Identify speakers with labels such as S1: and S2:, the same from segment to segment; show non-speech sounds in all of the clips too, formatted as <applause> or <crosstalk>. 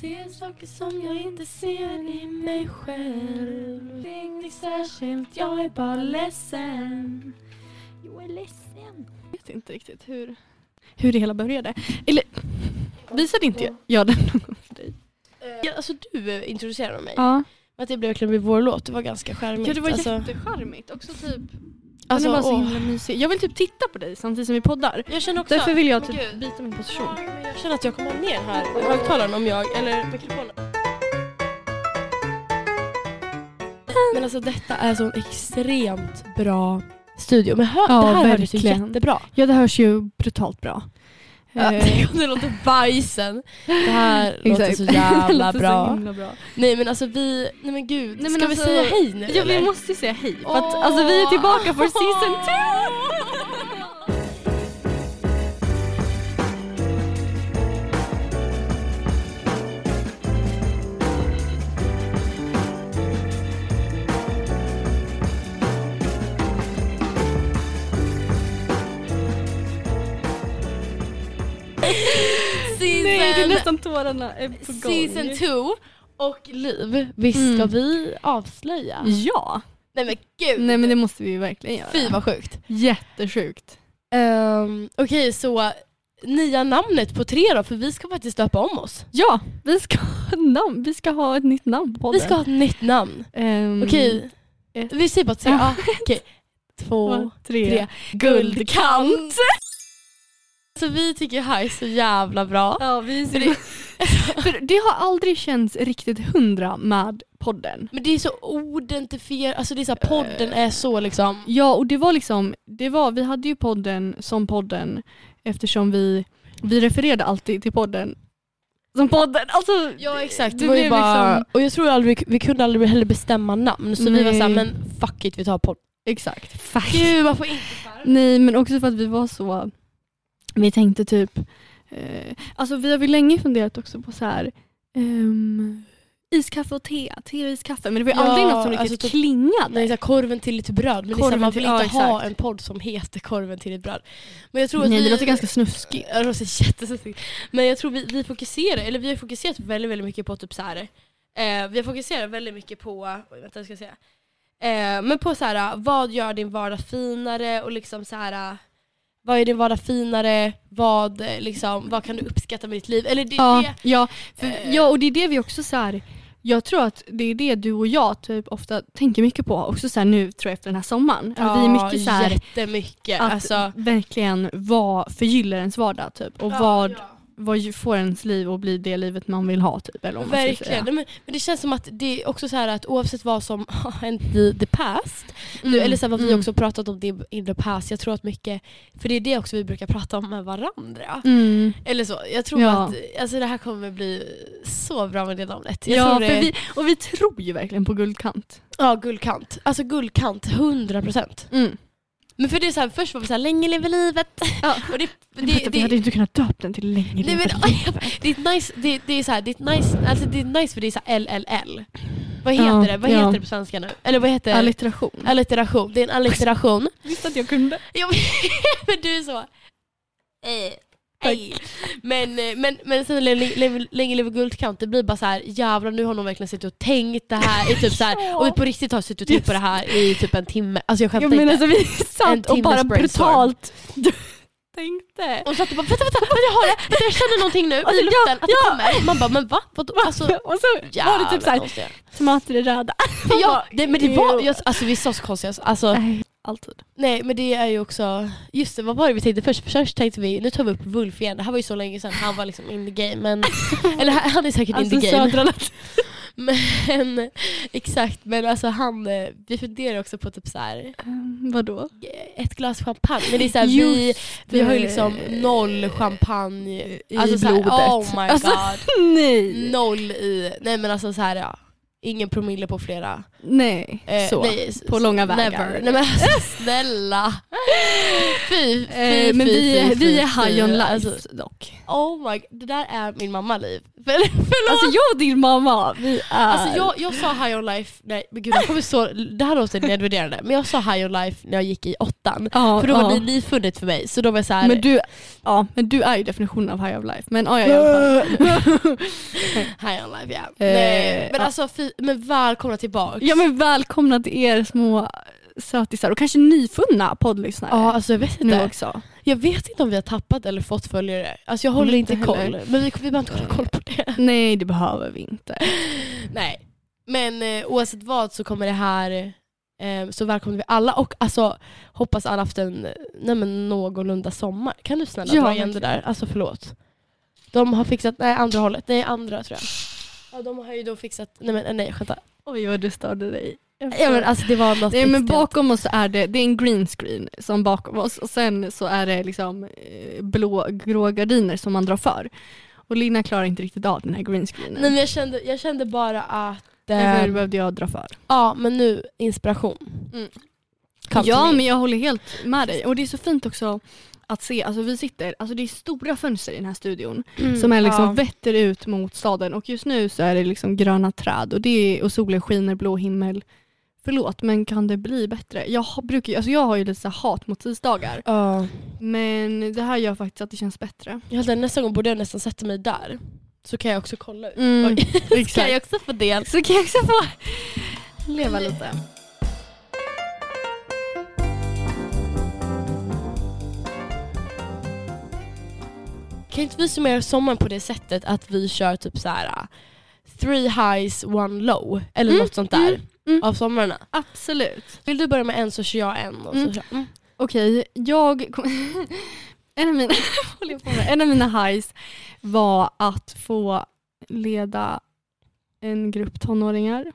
S1: Ser saker som jag inte ser i mig själv. Ingenting särskilt, jag är bara ledsen. Jag är ledsen.
S2: Jag vet inte riktigt hur, hur det hela började. Eller visade inte jag, jag den någon gång för dig?
S1: Ja, alltså du eh, introducerade mig.
S2: Ja.
S1: Att det blev verkligen blev vår låt, det var ganska charmigt.
S2: Ja det var
S1: alltså,
S2: jättecharmigt också typ. Den
S1: alltså,
S2: är bara så
S1: åh.
S2: himla mysig. Jag vill typ titta på dig samtidigt som vi poddar.
S1: Jag känner också...
S2: Därför vill jag
S1: Men
S2: typ
S1: gud.
S2: byta min position.
S1: Jag känner att jag kommer ner här i högtalaren om jag, eller mikrofonen. Men alltså detta är så en extremt bra studio. Men hör,
S2: Ja,
S1: det här hördes ju
S2: verkligen.
S1: jättebra.
S2: Ja det hörs ju brutalt bra.
S1: <laughs> Ja,
S2: Eh,
S1: det låter bajsen. Det här låter
S2: exakt.
S1: så
S2: <laughs> <laughs> Det
S1: jävla
S2: låter så
S1: bra.
S2: himla bra.
S1: Nej men alltså vi, nej men gud.
S2: Nej, men
S1: ska
S2: alltså-
S1: vi säga hej nu
S2: Ja vi
S1: eller?
S2: måste ju säga hej. För att, alltså, vi är tillbaka för <laughs> season two.
S1: Season,
S2: Nej det är nästan tårarna är på gång.
S1: season two och Liv, visst ska
S2: Mm.
S1: vi avslöja?
S2: Ja.
S1: Nej men gud.
S2: Nej men det måste vi ju verkligen göra.
S1: Fy vad sjukt.
S2: Jättesjukt.
S1: Um, Okej, så nya namnet på tre då, för vi ska faktiskt döpa om oss.
S2: Ja, vi ska, <laughs> ha ett namn. vi ska ha ett nytt namn på podden.
S1: Vi ska ha ett nytt namn.
S2: Ehm,
S1: Okej,
S2: ett.
S1: vi säger bara tre.
S2: Ja.
S1: Ja. Okej, två,
S2: två, tre.
S1: tre. Guldkant! Så vi tycker det här är så jävla bra.
S2: Ja, vi
S1: För det-
S2: För det har aldrig känts riktigt hundra med podden.
S1: Men det är så oidentifierat, alltså det är så här,
S2: Eh.
S1: podden är så liksom.
S2: Ja, och det var liksom, det var, vi hade ju podden som podden eftersom vi, vi refererade alltid till podden som podden. Alltså,
S1: Ja exakt,
S2: Det
S1: det var ju
S2: blev
S1: bara,
S2: liksom-
S1: och jag tror aldrig, vi kunde aldrig heller bestämma namn så vi var
S2: Nej.
S1: såhär, men fuck it vi tar podd.
S2: exakt. Fuck.
S1: Gud man får inte
S2: Nej, men också för att vi var så... Vi tänkte typ... Eh, alltså vi har väl länge funderat också på så här... ehm, iskaffe och te, te och iskaffe. Men det var ju
S1: Ja,
S2: aldrig något som riktigt
S1: alltså typ-
S2: klingade.
S1: Nej, så här, korven till lite bröd. Men det är så här,
S2: Korven
S1: man
S2: till-
S1: vill
S2: ja,
S1: inte ha
S2: exakt.
S1: en podd som heter korven till ett bröd. Men jag tror att
S2: Nej,
S1: vi,
S2: det låter ganska snuskigt.
S1: Ja, det låter <laughs> jättesnuskigt. Men jag tror vi, vi fokuserar, eller vi har fokuserat väldigt, väldigt mycket på typ så här. Eh, vi har fokuserat väldigt mycket på, oj, vänta jag ska säga. Eh, men på så här, vad gör din vardag finare och liksom så här. Vad är din vardag finare? Vad, eh, liksom, vad kan du uppskatta med ditt liv? Eller det,
S2: Ja,
S1: det,
S2: ja, för,
S1: Eh.
S2: ja, och det är det vi också så här... Jag tror att det är det du och jag typ ofta tänker mycket på också så här nu tror jag efter den här sommaren. Att vi är mycket så här,
S1: jättemycket.
S2: att
S1: alltså,
S2: verkligen vad förgyller ens vardag typ och vad, vad ju- får ens liv att bli det livet man vill ha typ. Eller om man ska
S1: Verkligen.
S2: säga.
S1: Nej, Men, men det känns som att det är också så här att oavsett vad som <laughs> har hänt i the past, nu,
S2: Mm,
S1: eller så här, vad vi
S2: mm.
S1: också pratat om det in the past, jag tror att mycket, för det är det också vi brukar prata om med varandra.
S2: Mm.
S1: Eller så. Jag tror
S2: Ja.
S1: att alltså, det här kommer bli så bra med det namnet. Jag
S2: Ja,
S1: tror det,
S2: för vi, och vi tror ju verkligen på guldkant.
S1: ja, guldkant. Alltså guldkant, 100%. Men för det är så här, först var vi så här, länge lever livet.
S2: Ja.
S1: <laughs> Och det,
S2: Det, det, vi hade ju inte kunnat döpa den till länge
S1: Nej, men,
S2: leve
S1: <laughs>
S2: livet.
S1: det är nice, det, det är så här, det är nice, alltså det är nice för det är så här LLL. Vad heter
S2: Ja,
S1: det? Vad
S2: ja.
S1: heter det på svenska nu? Eller vad heter
S2: Allitteration.
S1: Allitteration. Det är en allitteration.
S2: Visst att jag kunde.
S1: Ja, men- <laughs> men du är så... Eh, ej. Men, eh, men, men sen le- le- le- Länge lever guldkant, det blir bara så här, jävlar nu har någon verkligen suttit och tänkt det här i typ så här,
S2: <laughs> Ja.
S1: och vi på riktigt har suttit och tänkt på det här i typ en timme. Alltså jag
S2: Jag
S1: skämtar
S2: men
S1: inte.
S2: alltså vi
S1: En
S2: satt och
S1: timmes
S2: bara
S1: brainstorm.
S2: brutalt <laughs> tänkte.
S1: Och satt och bara vänta, vänta, vänta, jag har det, vänta, jag känner någonting nu
S2: Alltså,
S1: i luften, att det
S2: ja.
S1: kommer. Man bara, men va? Vadå? Alltså,
S2: och så var det typ
S1: jävlar,
S2: såhär,
S1: konstiga.
S2: tomater är röda.
S1: Ja, det, men det var,
S2: Ew.
S1: jag, alltså vi är så konstiga. Alltså,
S2: Nej, alltid.
S1: nej men det är ju också, just det vad var det vi tänkte först? Först tänkte vi, nu tar vi upp Wolf igen, det här var ju så länge sedan han var liksom in the game.
S2: <laughs>
S1: Men, eller han han är säkert
S2: Alltså
S1: in the game. <laughs>
S2: södra
S1: Men exakt, men alltså han, eh, vi funderar också på typ så här
S2: Vadå?
S1: eh, ett glas champagne. Men det är så här, vi, vi har ju liksom noll champagne
S2: I
S1: alltså så här,
S2: blodet.
S1: oh my
S2: Alltså,
S1: god.
S2: Nej.
S1: Noll i, nej men alltså så här ja. ingen promille på flera...
S2: Nej,
S1: eh,
S2: så.
S1: nej, s-
S2: på långa
S1: never.
S2: vägar.
S1: Nej
S2: <laughs>
S1: men <laughs> alltså, snälla. Fy, fy,
S2: Eh, men
S1: fy,
S2: vi,
S1: fy,
S2: är-
S1: fy,
S2: vi är
S1: fy.
S2: high on life
S1: Alltså,
S2: dock.
S1: oh my, det där är min mamma-liv. För, <laughs> förlåt.
S2: Alltså jag och din mamma, vi är...
S1: Alltså jag, jag sa high on life, nej men gud jag kommer så, det här låter nedvärderande, men jag sa high on life när jag gick i åttan.
S2: ja,
S1: För då var
S2: ja.
S1: det nyfunnet för mig, så då var jag såhär, <laughs>
S2: Men du, ja, men du är ju definitionen av high of life. Men ja, ja, i <laughs> alla fall.
S1: <laughs> high on life ja. nej, men
S2: ja.
S1: alltså fy, men välkomna tillbaks.
S2: Eh, ja men välkomna till er små sötisar och kanske nyfunna poddlyssnare.
S1: Ja, alltså jag vet
S2: nu
S1: inte.
S2: också.
S1: Jag vet inte om vi har tappat eller fått följare. Alltså jag håller
S2: Nej,
S1: inte
S2: inte
S1: koll.
S2: heller.
S1: Men vi vi behöver inte hålla koll på
S2: <laughs>
S1: det.
S2: Nej det behöver vi inte.
S1: Nej. Men eh, oavsett vad så kommer det här, eh, så välkomnar vi alla och alltså hoppas alla haft en eh, nej, men någorlunda sommar. Kan du snälla
S2: Ja,
S1: dra igen det
S2: verkligen.
S1: där? Alltså förlåt. De har fixat, nej andra hållet, nej andra tror jag. Ja, de har ju då fixat, nej men nej skämta.
S2: Oj vad du störde dig.
S1: Ja men alltså det var något
S2: Nej men
S1: extremt.
S2: bakom oss är det, det är en green screen som bakom oss och sen så är det liksom eh, blå, grå gardiner som man drar för. Och Lina klarar inte riktigt av den här green screenen.
S1: Nej men jag kände, jag kände bara att,
S2: Därför
S1: eh,
S2: behövde jag dra för.
S1: ja men nu inspiration.
S2: Mm.
S1: Come to
S2: ja
S1: me.
S2: men jag håller helt med dig och det är så fint också att se, alltså vi sitter, alltså det är stora fönster i den här studion som är liksom
S1: Mm, ja.
S2: vetter ut mot staden och just nu så är det liksom gröna träd och, det är, och solen skiner, blå himmel. Förlåt men kan det bli bättre? Jag har- brukar ju- alltså jag har ju lite så här hat mot tisdagar
S1: Ja.
S2: men det här gör faktiskt att det känns bättre.
S1: Jag hade, nästa gång borde jag nästan sätta mig där. Så kan jag också kolla ut.
S2: Mm,
S1: <laughs>
S2: <laughs>
S1: Oj.
S2: exakt.
S1: Kan jag också få del?
S2: Så kan jag också få leva lite.
S1: Kan inte vi summera sommaren på det sättet att vi kör typ så här äh, three highs, one low. Eller
S2: Mm,
S1: något sånt där.
S2: mm, mm.
S1: Av somrarna.
S2: Absolut.
S1: Vill du börja med en så kör jag en. Och så
S2: Mm.
S1: kör. Mm.
S2: Okej, jag <laughs> kom... en, av mina... håller på med. <laughs> en av mina highs var att få leda en grupp tonåringar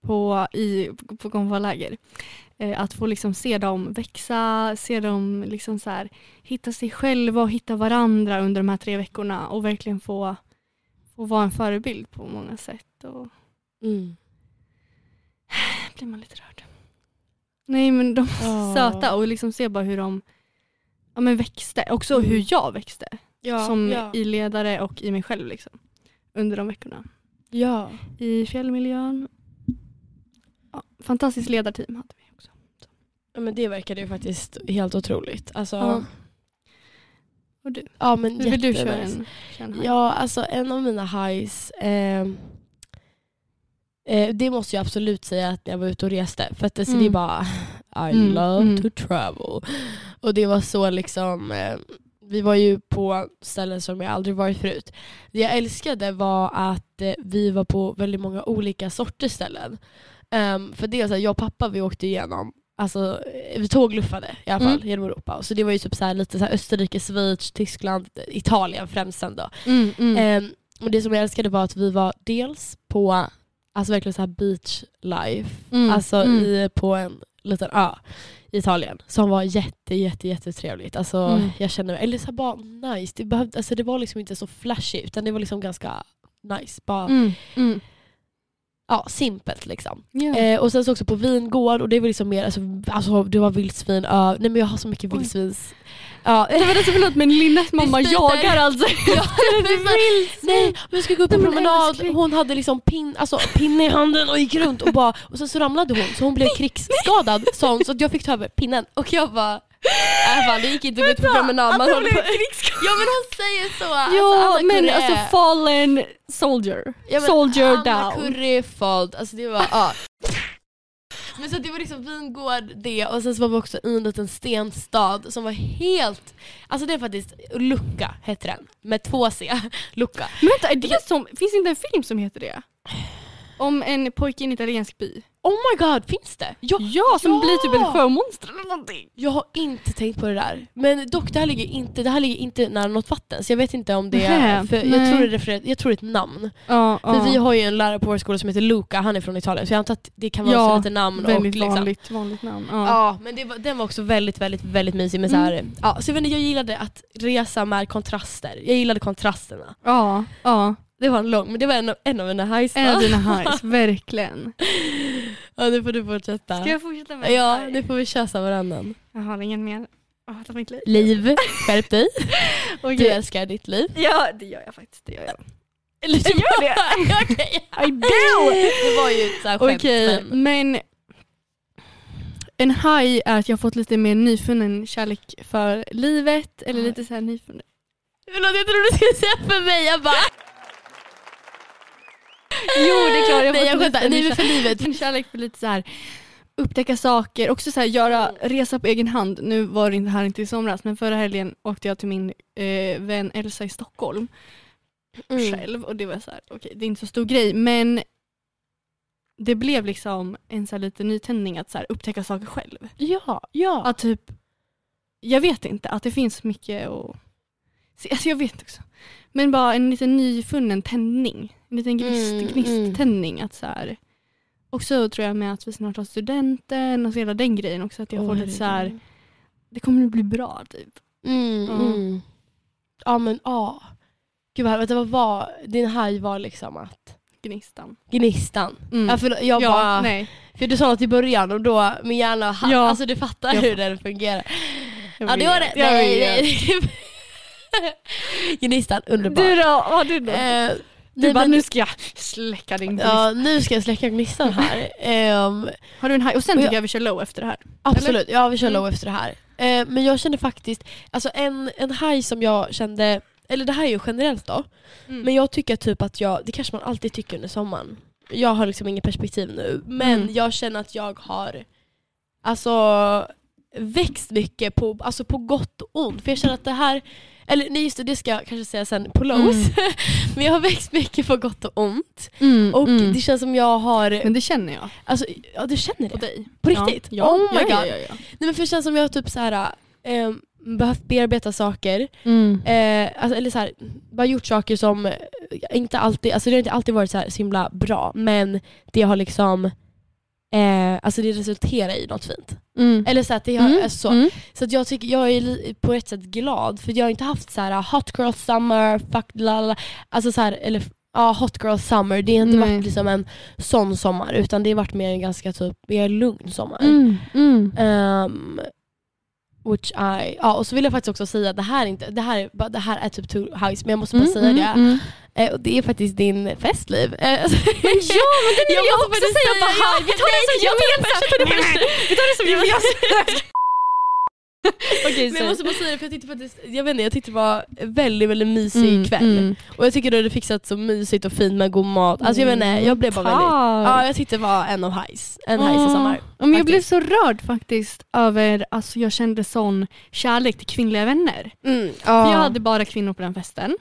S2: på, i, på konfaläger. Eh, att få liksom se dem växa, se dem liksom så här, hitta sig själva och hitta varandra under de här tre veckorna och verkligen få, få vara en förebild på många sätt. Och
S1: Mm.
S2: blir man lite rörd. Nej men de
S1: Ja.
S2: söta och liksom se bara hur de ja, men växte. Också
S1: Mm.
S2: hur jag växte
S1: Ja,
S2: som
S1: ja.
S2: i ledare och i mig själv liksom, under de veckorna.
S1: ja.
S2: I fjällmiljön. Ja, fantastiskt ledarteam hade vi också.
S1: Ja, men det verkade ju faktiskt helt otroligt. Alltså, ja.
S2: Ja. Och du?
S1: men
S2: Vill du köra
S1: jättenice.
S2: en? köra en här?
S1: Ja, alltså en av mina highs. ehm, eh, det måste jag absolut säga att när jag var ute och reste. För att alltså, det är
S2: Mm.
S1: bara I
S2: Mm,
S1: love
S2: mm.
S1: to travel. Och det var så liksom, eh, vi var ju på ställen som jag aldrig varit förut. Det jag älskade var att eh, vi var på väldigt många olika sorters ställen. Ehm, för det är så här, jag och pappa vi åkte igenom, alltså, eh, vi tågluffade i alla fall
S2: Mm.
S1: genom Europa. Så det var ju typ så här, lite så här Österrike, Schweiz, Tyskland, Italien främst sen då.
S2: Mm, mm.
S1: Ehm, och det som jag älskade var att vi var dels på alltså verkligen så här beach life,
S2: Mm,
S1: alltså
S2: mm,
S1: i, på en liten ö i Italien som var jätte jätte jättetrevligt. Alltså,
S2: Mm.
S1: Jag kände mig, eller så här bara nice, det, behövde, alltså, det var liksom inte så flashy utan det var liksom ganska nice, bara
S2: mm, mm.
S1: ja, simpelt liksom.
S2: Ja.
S1: Eh, och sen så också på vingård och det var liksom mer, alltså, alltså det var vildsvin, ö, nej men jag har så mycket
S2: Oj.
S1: vildsvins... Ja,
S2: <laughs>
S1: <laughs>
S2: Det var alltså förlåt men Linnas mamma
S1: sliter.
S2: jagar alltså
S1: Ja, det
S2: <laughs>
S1: är Nej, vi skulle gå ut på
S2: Nej, men
S1: promenad.
S2: älskling.
S1: Hon hade liksom pin, alltså, pinne i handen och gick runt och bara, och sen så ramlade hon så hon blev krigsskadad sa hon, så att jag fick ta över pinnen. Och jag bara, äh, fan, det gick inte att gå ut på promenad. Man
S2: Alltså, hon
S1: håller
S2: blev
S1: på.
S2: krigsskadad.
S1: Ja men hon säger så!
S2: Ja
S1: Anna
S2: men
S1: Curry
S2: alltså
S1: är-
S2: fallen soldier.
S1: Ja, men
S2: soldier
S1: Anna
S2: down.
S1: Curry Fold, alltså det var, ja. Men så det var liksom vingård det och sen så var vi också i en liten stenstad som var helt, alltså det är faktiskt Lucka heter den, med två C, Lucka.
S2: Men vänta, är det som, finns inte en film som heter det? Om en pojke i en italiensk by?
S1: Oh my god, finns det? Jag,
S2: Ja, som
S1: Ja!
S2: blir typ ett sjömonster eller någonting.
S1: jag har inte tänkt på det där. Men dock, det här ligger inte, det här ligger inte nära något vatten så jag vet inte om det är...
S2: Nej,
S1: För jag,
S2: nej.
S1: tror det refererar, jag tror det är ett namn.
S2: Ja,
S1: För vi har ju en lärare på vår skola som heter Luca, han är från Italien så jag antar att det kan vara
S2: Ja,
S1: så lite namn. och
S2: väldigt
S1: liksom,
S2: vanligt, vanligt namn. Ja. Mm.
S1: Ja, men det var, den var också väldigt, väldigt, väldigt mysig. Men så här, ja, så jag, vet inte, jag gillade att resa med kontraster. Jag gillade kontrasterna.
S2: Ja, ja.
S1: Det var en lång, men det var en av, en av mina highs.
S2: En av
S1: va?
S2: dina <laughs> highs, verkligen.
S1: Ja, nu får du fortsätta.
S2: jag fortsätta
S1: Ja, nu får vi tjassa varannan.
S2: Jag har ingen mer. Jag hatar mitt liv.
S1: Liv, skärp dig.
S2: Okej.
S1: Du älskar ditt liv.
S2: Ja, det gör jag faktiskt. Det gör jag.
S1: Eller du
S2: gör det.
S1: <laughs> Okej.
S2: I <laughs> do!
S1: <laughs> Det var ju ett så här skämt.
S2: Okej,
S1: men-
S2: men en high är att jag har fått lite mer nyfunnen kärlek för livet. Eller
S1: Ja.
S2: lite så här nyfunnen.
S1: Förlåt, jag trodde du skulle säga för mig. Jag bara...
S2: Jo, det är klart. Jag har
S1: Nej, jag
S2: fått lite
S1: skämtar. Nej, men
S2: nyfunnen
S1: för livet.
S2: En kärlek för lite så här upptäcka saker, också så här göra resa på egen hand. Nu var det inte här inte i somras men förra helgen åkte jag till min eh, vän Elsa i Stockholm
S1: Mm.
S2: själv och det var så här, okej det är inte så stor grej men det blev liksom en så här lite nytändning att så här upptäcka saker själv.
S1: Ja, ja.
S2: Att typ, jag vet inte, att det finns mycket och se. Alltså jag vet också. Men bara en liten nyfunnen tändning. En liten gnist,
S1: Mm,
S2: gnisttändning. Att så här, också tror jag med att vi snart har studenten och så hela den grejen också. Att jag får
S1: Åh,
S2: lite så här,
S1: herregud.
S2: det kommer att bli bra typ.
S1: Mm,
S2: Ja.
S1: mm. Ja men ja. Gud vad, vänta, vad var, din haj var liksom att
S2: Gnistan.
S1: gnistan.
S2: Mm.
S1: Ja, för, jag
S2: ja,
S1: bara,
S2: nej.
S1: för du sa något i början och då min hjärna, ha,
S2: Ja.
S1: alltså du fattar
S2: Jag
S1: hur den fungerar.
S2: jag
S1: Ja det var det.
S2: vet, jag
S1: Nej,
S2: vet.
S1: nej, nej. <laughs> Gnistan, underbar.
S2: Du då? Ja, du då?
S1: Eh,
S2: du
S1: nej,
S2: bara,
S1: men-
S2: nu ska jag släcka din gnista.
S1: Ja, nu ska jag släcka gnistan <laughs> här. Ehm,
S2: Har du en haj? Och sen
S1: Och
S2: tycker jag vi kör low efter det här.
S1: Absolut, ja vi kör
S2: Mm.
S1: low efter det här. Eh, men jag kände faktiskt, alltså en, en haj som jag kände, eller det här är ju generellt då,
S2: Mm.
S1: men jag tycker typ att jag, det kanske man alltid tycker under sommaren. Jag har liksom inget perspektiv nu, men
S2: Mm.
S1: jag känner att jag har alltså växt mycket på, alltså på gott och ont. För jag känner att det här, eller nej just det, det ska jag kanske säga sen på lows.
S2: Mm.
S1: <laughs> men jag har växt mycket på gott och ont. Och det känns som jag har,
S2: Mm, Men det känner jag
S1: alltså ja du känner
S2: på
S1: det?
S2: dig.
S1: På riktigt?
S2: Ja. Ja.
S1: Oh my
S2: ja,
S1: god.
S2: Ja, ja, ja.
S1: Nej men för det känns som jag har typ så här eh, behövt bearbeta saker.
S2: Mm.
S1: Eh, alltså, eller så här, bara gjort saker som eh, inte alltid, alltså det har inte alltid varit så, här, så himla bra men det har liksom eh, alltså det resulterar i något fint.
S2: Mm.
S1: Eller så att det har, alltså, så. Så att jag tycker, jag är li- på ett sätt glad för jag har inte haft så här ah, hot girl summer, fuck la la, la. Alltså så här, eller ja hot girl summer, det har inte
S2: Nej.
S1: varit liksom en sån sommar utan det har varit mer en ganska typ, mer lugn sommar.
S2: Mm.
S1: Ehm, which I, ja, och så vill jag faktiskt också säga att det här är, inte, det här är, bara- det här är typ two highs men jag måste bara
S2: Mm,
S1: säga det. Eh, och det är faktiskt din festliv. mm, Eh, men ja, men den
S2: vill
S1: <laughs>
S2: jag också säga. Ja,
S1: vi tar det som <laughs> gemensamt. Vi tar det som gemensamt. <laughs>
S2: Okej,
S1: Men jag måste bara säga det för jag tyckte faktiskt, jag vet inte, jag tyckte det var en väldigt väldigt mysig kväll.
S2: Mm.
S1: Och jag tycker du hade fixat så mysigt och fint med god mat. Alltså jag vet inte, jag blev bara väldigt, ja jag tyckte det var en av highs. En highs i sommar.
S2: Ja, men jag blev
S1: faktiskt.
S2: så rörd faktiskt över, alltså jag kände sån kärlek till kvinnliga vänner.
S1: Mm,
S2: För
S1: ja.
S2: jag hade bara kvinnor på den festen,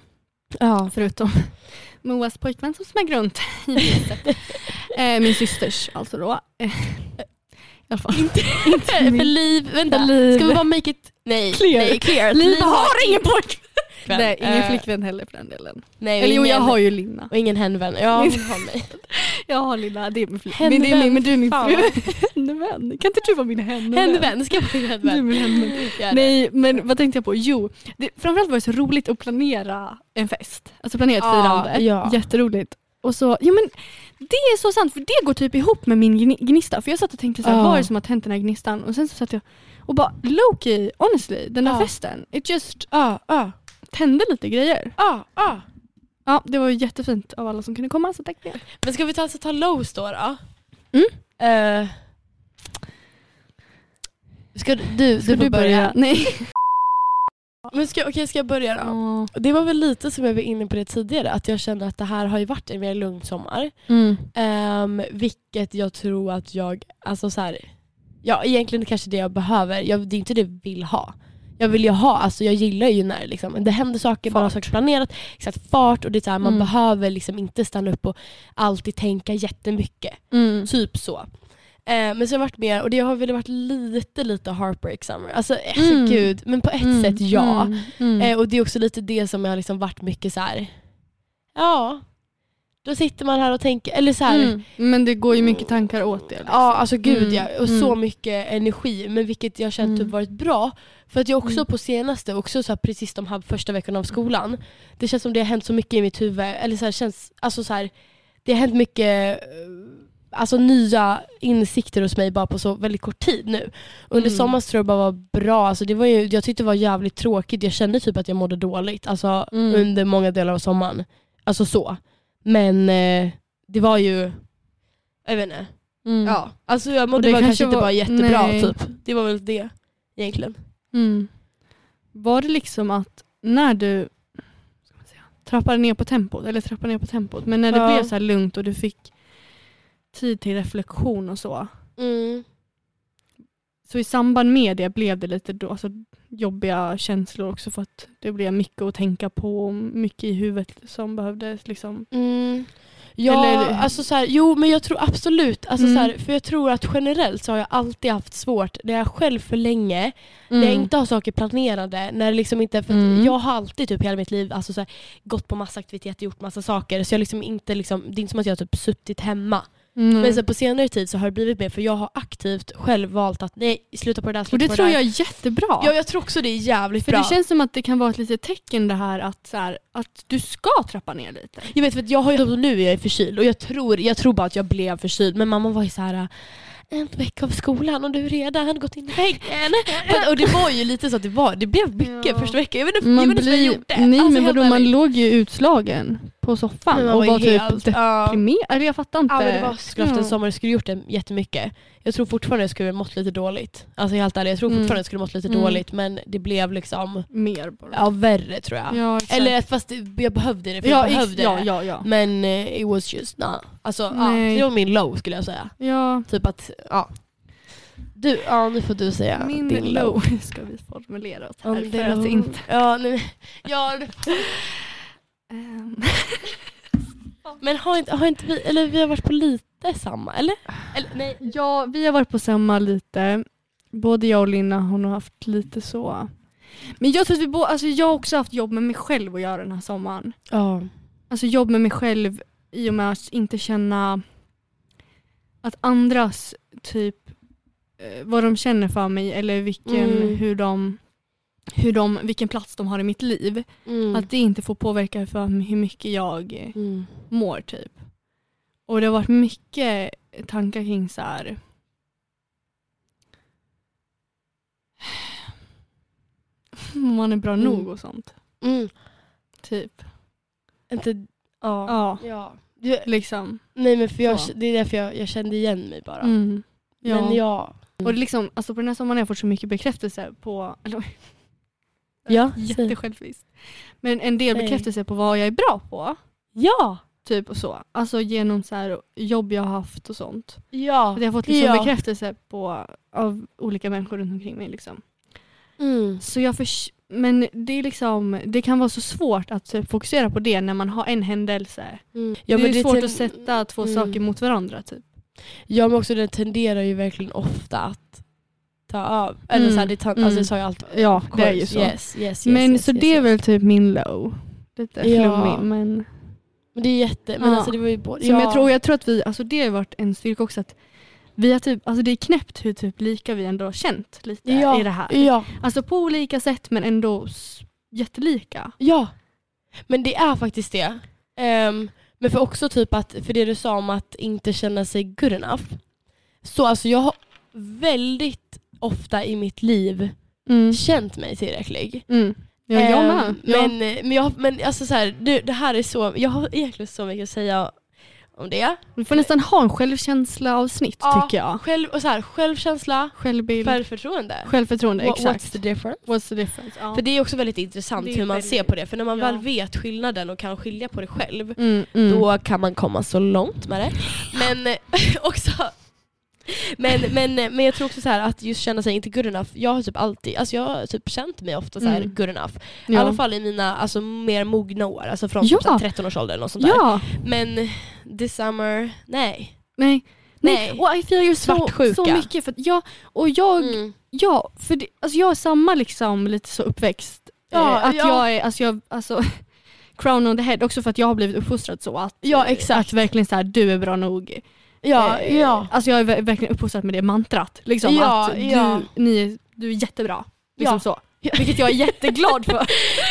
S1: ja.
S2: förutom <laughs> Moas pojkvän som smög runt <laughs> i huset. eh, min systers alltså då. Eh, I alla fall. Inte, <laughs> inte
S1: För liv, vänta.
S2: För liv.
S1: Ska vi bara make it nej,
S2: Clear.
S1: Nej, clear.
S2: Liv har ingen pojkvän.
S1: flickvän.
S2: Nej, ingen
S1: Eh,
S2: flickvän heller för den delen.
S1: Nej, och
S2: Eller jo,
S1: ingen,
S2: jag har ju Linna.
S1: Och ingen hänvän. Ja, hon har mig.
S2: <laughs> Jag har Linna, det är min flick-
S1: Hänvän,
S2: men, det är min, men du är min
S1: fan.
S2: fru. <laughs> Hänvän. Kan inte du vara min hänvän?
S1: Hänvän, ska jag vara din
S2: Du är
S1: hänvän?
S2: min hänvän.
S1: Gör det.
S2: Nej, men vad tänkte jag på? Jo, det, framförallt var det så roligt att planera en fest. Alltså planera ett
S1: Ja,
S2: firande.
S1: ja.
S2: Jätteroligt. Och så, ja men det är så sant för det går typ ihop med min gni- gnista. För jag satt och tänkte så här,
S1: Ja.
S2: vad är det som har tänt den här gnistan? Och sen så satt jag och bara low key, honestly, den här
S1: Ja.
S2: festen, it just
S1: Ja, ja,
S2: tände lite grejer.
S1: ja, ja.
S2: Ja, det var ju jättefint av alla som kunde komma så tack för det.
S1: Men ska vi ta, alltså, ta lows då? då?
S2: Mm.
S1: Eh, ska du, du,
S2: Ska
S1: får börja?
S2: Nej.
S1: Men ska, okej, ska jag börja då?
S2: Ja.
S1: Det var väl lite som jag var inne på det tidigare, att jag kände att det här har ju varit en mer lugn sommar.
S2: Mm.
S1: Ehm, vilket jag tror att jag, alltså så här, ja egentligen kanske det jag behöver, jag, det är inte det jag vill ha. Jag vill ju ha, alltså jag gillar ju när liksom, det händer saker, bara saker planerat, exakt fart och det är så här, man
S2: Mm.
S1: behöver liksom inte stanna upp och alltid tänka jättemycket.
S2: Mm.
S1: Typ så. Eh, men sen har varit mer, och det har väl varit lite lite heartbreak summer. Alltså eh,
S2: Mm.
S1: gud, men på ett
S2: Mm,
S1: sätt ja.
S2: mm, mm.
S1: Eh, och det är också lite det som jag har liksom varit mycket så här. ja, då sitter man här och tänker, eller så här.
S2: Mm. Men det går ju mycket tankar åt det.
S1: Ja, alltså gud
S2: Mm,
S1: ja. Och så mycket energi. Men vilket jag känt typ
S2: Mm.
S1: varit bra. För att jag också
S2: Mm.
S1: på senaste, också så här, precis de här första veckorna av skolan. Det känns som det har hänt så mycket i mitt huvud. Eller så här, känns, alltså så här, det har hänt mycket eh, alltså, nya insikter hos mig bara på så väldigt kort tid nu. Under
S2: Mm.
S1: sommaren tror jag bara var bra. Alltså, det var ju, jag tyckte det var jävligt tråkigt. Jag kände typ att jag mådde dåligt alltså,
S2: Mm.
S1: under många delar av sommaren. Alltså så. Men eh, det var ju, jag vet inte.
S2: Mm.
S1: Ja, alltså jag
S2: Och
S1: mådde
S2: det
S1: bara kanske
S2: kanske
S1: inte
S2: var-
S1: bara jättebra
S2: nej.
S1: typ. Det var väl det egentligen.
S2: Mm. Var det liksom att när du vad ska man säga, trappade ner på tempot, eller trappade ner på tempot, men när det
S1: Ja.
S2: blev så här lugnt och du fick tid till reflektion och så, Mm. så i samband med det blev det lite då, alltså, jobbiga känslor också för att det blev mycket att tänka på och mycket i huvudet som behövdes liksom.
S1: Ja,
S2: Eller-
S1: alltså så här, jo men jag tror absolut, alltså
S2: Mm.
S1: så här, för jag tror att generellt så har jag alltid haft svårt när jag är själv för länge, när jag inte har saker planerade, när det liksom inte, för att
S2: Mm.
S1: jag har alltid typ hela mitt liv alltså så här, gått på massa aktiviteter, gjort massa saker så jag liksom inte liksom, det är inte som att jag har typ suttit hemma.
S2: Mm.
S1: Men sen på senare tid så har det blivit mer för jag har aktivt själv valt att nej sluta på det där, sluta
S2: och det
S1: på
S2: tror
S1: det där.
S2: jag är jättebra.
S1: Ja jag tror också det är jävligt
S2: för
S1: bra.
S2: det känns som att det kan vara ett litet tecken det här att, så här, att du ska trappa ner lite.
S1: Jag vet för att jag har ju, alltså, nu är jag ju förkyld och jag tror, jag tror bara att jag blev förkyld men mamma var ju så här "Eh, en vecka av skolan och du redan gått in i väggen. För att- och det var ju lite så att det var, det blev mycket
S2: Ja.
S1: första veckan. Jag vet inte, jag
S2: Man
S1: vet inte vad jag
S2: blir,
S1: gjorde.
S2: nej
S1: Alltså,
S2: men
S1: helt
S2: vadå, man
S1: ärligt.
S2: låg ju utslagen på soffan
S1: Men man
S2: och
S1: ju
S2: var typ
S1: helt-
S2: deprimerad.
S1: ja.
S2: Eller jag fattar inte.
S1: Ja men det var skraftens
S2: Ja.
S1: sommar, jag skulle gjort det jättemycket. Jag tror fortfarande jag skulle mått lite dåligt. Alltså helt ärligt, jag tror
S2: Mm.
S1: fortfarande jag skulle mått lite
S2: Mm.
S1: dåligt men det blev liksom,
S2: Mer bara.
S1: ja värre tror jag.
S2: Ja, exakt.
S1: Eller fast det- jag behövde det för
S2: ja,
S1: jag behövde
S2: ex- ja,
S1: det.
S2: ja, ja.
S1: Men eh, it was just nah. Alltså, ja,
S2: Nej.
S1: det var min low skulle jag säga.
S2: ja.
S1: Typ att, ja. Du, ja nu får du säga
S2: Min
S1: din
S2: low.
S1: low.
S2: <laughs> ska vi formulera oss
S1: Ja,
S2: här
S1: det
S2: för att
S1: var-
S2: inte...
S1: Ja, nu, ja, nu-
S2: Ehm,
S1: men har inte, har inte vi, eller vi har varit på lite samma, eller? eller nej.
S2: <laughs> ja, vi har varit på samma lite. Både jag och Linna hon har haft lite så. Men jag tror att vi båda, alltså jag har också haft jobb med mig själv att göra den här sommaren.
S1: Ja.
S2: alltså jobb med mig själv i och med att inte känna att andras typ eh, vad de känner för mig eller vilken,
S1: Mm.
S2: hur de, hur de, vilken plats de har i mitt liv.
S1: Mm.
S2: Att det inte får påverka för hur mycket jag eh,
S1: mm.
S2: mår typ. Och det har varit mycket tankar kring så här. <sighs> om man är bra
S1: Mm.
S2: nog och sånt.
S1: Mm.
S2: Typ.
S1: Inte, ja.
S2: Ja,
S1: ja. Du,
S2: liksom.
S1: nej men för jag,
S2: Så.
S1: det är därför jag, jag kände igen mig bara.
S2: Mm. Ja.
S1: Men ja.
S2: Och det är liksom, alltså på den här sommaren har jag fått så mycket bekräftelse på, <laughs> eller, <laughs>
S1: Ja,
S2: jättesjälvvis. Men en del
S1: Nej.
S2: bekräftelse på vad jag är bra på.
S1: Ja!
S2: Typ och så. Alltså genom så här jobb jag har haft och sånt.
S1: Ja.
S2: Att jag har fått liksom
S1: Ja.
S2: bekräftelse på, av olika människor runt omkring mig. Liksom.
S1: Mm.
S2: Så jag förs- men det, är liksom, det kan vara så svårt att typ, fokusera på det när man har en händelse.
S1: Mm. Ja,
S2: Ja,
S1: men
S2: det är svårt
S1: ten-
S2: att sätta två
S1: Mm.
S2: saker mot varandra. Typ.
S1: Ja men också den tenderar ju verkligen ofta att ta av. Eller
S2: Mm.
S1: så här, det, tar, alltså,
S2: Mm.
S1: det sa jag alltid.
S2: Ja,
S1: Of
S2: det är ju
S1: course.
S2: så.
S1: Yes, yes, yes,
S2: men
S1: yes,
S2: så
S1: yes,
S2: det är
S1: yes.
S2: väl typ min low. Lite
S1: Ja.
S2: flummig men
S1: Men det är jätte, men
S2: Ja.
S1: alltså det var ju både...
S2: Som jag, tror, och jag tror att vi, alltså det har varit en styrka också att vi har typ, alltså det är knäppt hur typ lika vi ändå har känt lite
S1: Ja,
S2: i det här.
S1: Ja,
S2: Alltså på olika sätt men ändå s- jättelika.
S1: ja. Men det är faktiskt det. Ehm, men för också typ att, för det du sa om att inte känna sig good enough. Så alltså jag har väldigt ofta i mitt liv
S2: Mm.
S1: känt mig tillräcklig.
S2: Mm. Ja, jag
S1: Ehm,
S2: med. Ja.
S1: Men, men, jag, men alltså så här, det, det här är så, jag har egentligen så mycket att säga om det.
S2: Vi får nästan ha en självkänsla avsnitt
S1: Ja.
S2: tycker jag.
S1: Själv, och så här, självkänsla,
S2: Självbild,
S1: självförtroende.
S2: självförtroende.
S1: Wha-
S2: exakt.
S1: What's the difference?
S2: What's the difference? Ja.
S1: För det är också väldigt intressant
S2: Det är
S1: hur man
S2: väldigt-
S1: ser på det. För när man
S2: ja.
S1: väl vet skillnaden och kan skilja på det själv,
S2: mm, mm.
S1: då kan man komma så långt med det. Men <laughs> också... Men, men, men jag tror också så här att just känna sig inte good enough. Jag har typ alltid, alltså jag har typ känt mig ofta så här
S2: Mm.
S1: good enough. I
S2: ja.
S1: alla fall i mina alltså, mer mogna år, alltså från
S2: Ja.
S1: typ 13-årsåldern och sånt där.
S2: ja.
S1: Men this summer, nej.
S2: Nej.
S1: Nej.
S2: Och I feel you so,
S3: Svartsjuka.
S2: så mycket. För att jag, och jag,
S1: Mm.
S2: ja, för det, alltså jag är samma liksom lite så uppväxt.
S1: Ja,
S2: eh, att
S1: ja.
S2: jag är, alltså jag, alltså <laughs> crown on the head också för att jag har blivit uppfostrad så att,
S3: Ja,
S2: eh,
S3: exakt.
S2: att verkligen så här, du är bra nog.
S3: Ja,
S2: Eh,
S3: ja.
S2: Alltså jag är ver- verkligen uppfostrad med det mantrat. Liksom,
S3: Ja,
S2: att du,
S3: ja.
S2: ni, är- du är jättebra. Liksom
S3: Ja.
S2: så. Vilket jag är jätteglad för.
S1: <laughs>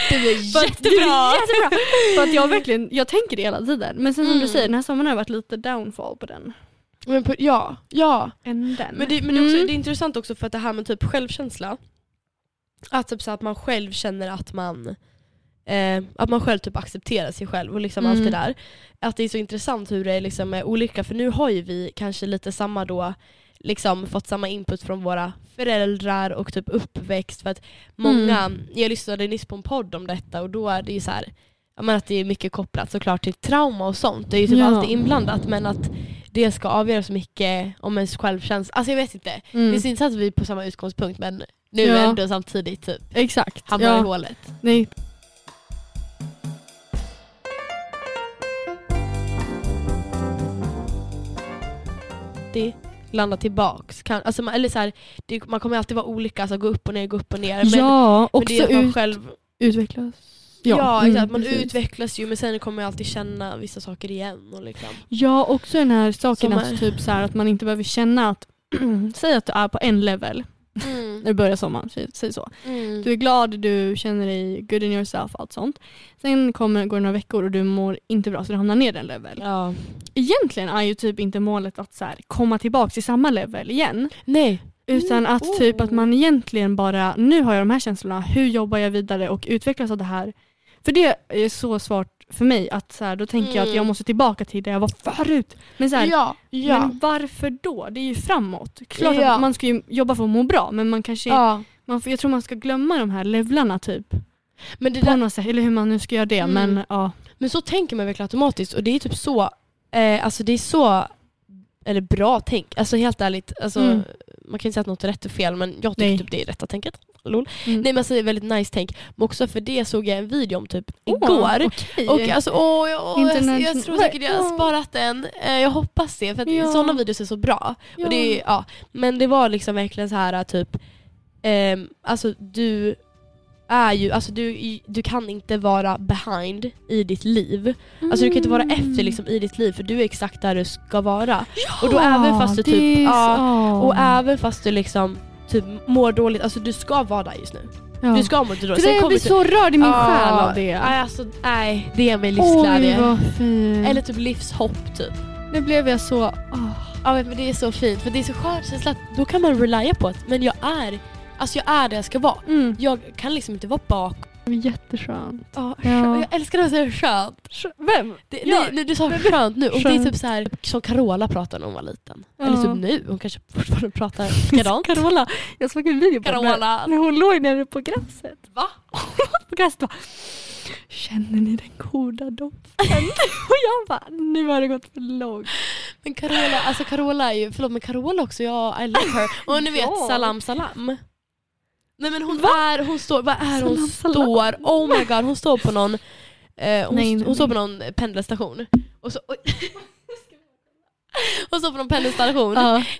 S1: Du är
S2: För att Du
S1: jättebra!
S2: är <laughs> jättebra. För att jag verkligen, jag tänker det hela tiden. Men sen som
S1: Mm.
S2: du säger, den här sommaren har varit lite downfall på den
S3: Men på, ja, ja.
S2: änden.
S1: Men, det, men det, är också,
S2: Mm.
S1: det är intressant också för att det här med typ självkänsla. Att, typ så att man själv känner att man eh, att man själv typ accepterar sig själv och liksom allt
S2: Mm.
S1: det där. Att det är så intressant hur det är liksom är olika för nu har ju vi kanske lite samma då liksom fått samma input från våra föräldrar och typ uppväxt för att många,
S2: Mm.
S1: jag lyssnade nyss på en podd om detta och då är det ju så här ja, men att det är mycket kopplat såklart till trauma och sånt. Det är ju typ
S2: Ja.
S1: alltid inblandat men att det ska avgöra så mycket om ens självkänsla. Alltså jag vet inte.
S2: Mm.
S1: Det är så intressant att vi är på samma utgångspunkt men nu
S2: Ja.
S1: ändå samtidigt typ
S2: Exakt.
S1: hamnar i hålet.
S2: Nej.
S1: Det landar tillbaks. Kan, alltså man, eller så här, det, man kommer alltid vara olika, alltså gå upp och ner, gå upp och ner. Men,
S2: ja,
S1: men det är
S2: också
S1: att man
S2: ut,
S1: själv,
S2: utvecklas.
S1: Ja, Mm, exakt, man
S2: precis.
S1: utvecklas ju men sen kommer jag alltid känna vissa saker igen. Och
S2: <laughs>
S1: liksom.
S2: Ja, också den här saken
S1: Sommar.
S2: att, typ så här, att man inte behöver känna att <clears throat> Säg att du är på en level
S1: Mm.
S2: när du börjar sommaren, säg, säg så. Du är glad, du känner dig good in yourself, allt sånt. Sen kommer, går det några veckor och du mår inte bra så du hamnar ner en level.
S1: Ja.
S2: Egentligen är ju typ inte målet att så här, komma tillbaka till samma level igen.
S1: Nej.
S2: Utan
S1: Mm,
S2: att typ
S1: oh.
S2: att man egentligen bara, nu har jag de här känslorna, hur jobbar jag vidare och utvecklas av det här? För det är så svårt för mig att så här, då tänker jag att
S1: Mm.
S2: jag måste tillbaka till där jag var förut. Men, så här,
S3: Ja, ja.
S2: men varför då? Det är ju framåt. Klart
S3: Ja.
S2: att man ska ju jobba för att må bra men man kanske,
S3: ja.
S2: man, får- jag tror man ska glömma de här levlarna typ.
S1: Men, det
S2: På
S1: där,
S2: något sätt, eller hur man nu ska göra det.
S1: Mm.
S2: Men ja.
S1: men så tänker man verkligen automatiskt och det är typ så, eh, alltså det är så eller bra tänk, alltså helt ärligt, alltså,
S2: Mm.
S1: man kan inte säga att något är rätt och fel men jag tycker
S2: Nej.
S1: typ det är rätta tänket. Lol.
S2: Mm.
S1: Nej men alltså det är väldigt nice tänk, men också för det såg jag en video om typ igår
S2: okej.
S1: Och alltså, åh, jag- åh, jag, jag
S2: International-
S1: tror säkert jag har
S2: Ja.
S1: sparat den. Eh, Jag hoppas det, för att
S2: Ja.
S1: sådana videos är så bra.
S2: Ja.
S1: Och det är, ja. Men det var liksom verkligen så här typ, ehm, alltså du är ju, alltså du, du kan inte vara behind i ditt liv. Alltså du kan inte vara
S2: Mm.
S1: efter liksom i ditt liv för du är exakt där du ska vara. och då även fast du
S2: det
S1: typ,
S2: är
S1: ja,
S2: så-
S1: och även fast du liksom typ mår dåligt, alltså du ska vara där just nu.
S2: Ja.
S1: Du ska må lite dåligt.
S2: För jag blir
S1: kommer
S2: så rörd i min
S1: Ja.
S2: själ av det.
S1: Nej alltså, nej, det är mig livsglädje.
S2: Oj vad fint.
S1: Eller typ livshopp typ.
S2: nu blev jag så... ah.
S1: Ja men det är så fint för det är så skön känsla att då kan man relya på att men jag är, alltså jag är där jag ska vara.
S2: Mm.
S1: Jag kan liksom inte vara bak.
S2: Det var jätteskönt.
S1: Ja.
S2: Ja.
S1: Jag älskar när man säger skönt.
S2: Vem?
S1: Det,
S2: Ja.
S1: nej, nej, du sa skönt nu och det är
S2: Skönt.
S1: typ så här som Carola pratade när hon var liten.
S2: Ja.
S1: Eller typ nu, hon kanske fortfarande <laughs> pratar likadant.
S2: Carola. Jag såg en video på henne
S1: Carola.
S2: när hon låg nere på gräset.
S1: Va?
S2: på gräset bara, Känner ni den goda doften? och jag bara, nu har det gått för långt.
S1: Men Carola, alltså Carola är ju, förlåt men Carola också, jag I love
S2: <laughs>
S1: her. Och ni vet
S2: Ja.
S1: salam salam. Nej men hon är, hon står, vad är hon
S2: Salam, salam.
S1: står? Oh my god, hon står på någon, eh, hon,
S2: Nej,
S1: hon
S2: nej,
S1: står på någon pendelstation. Och så, oj. <laughs> Hon står på någon pendelstation,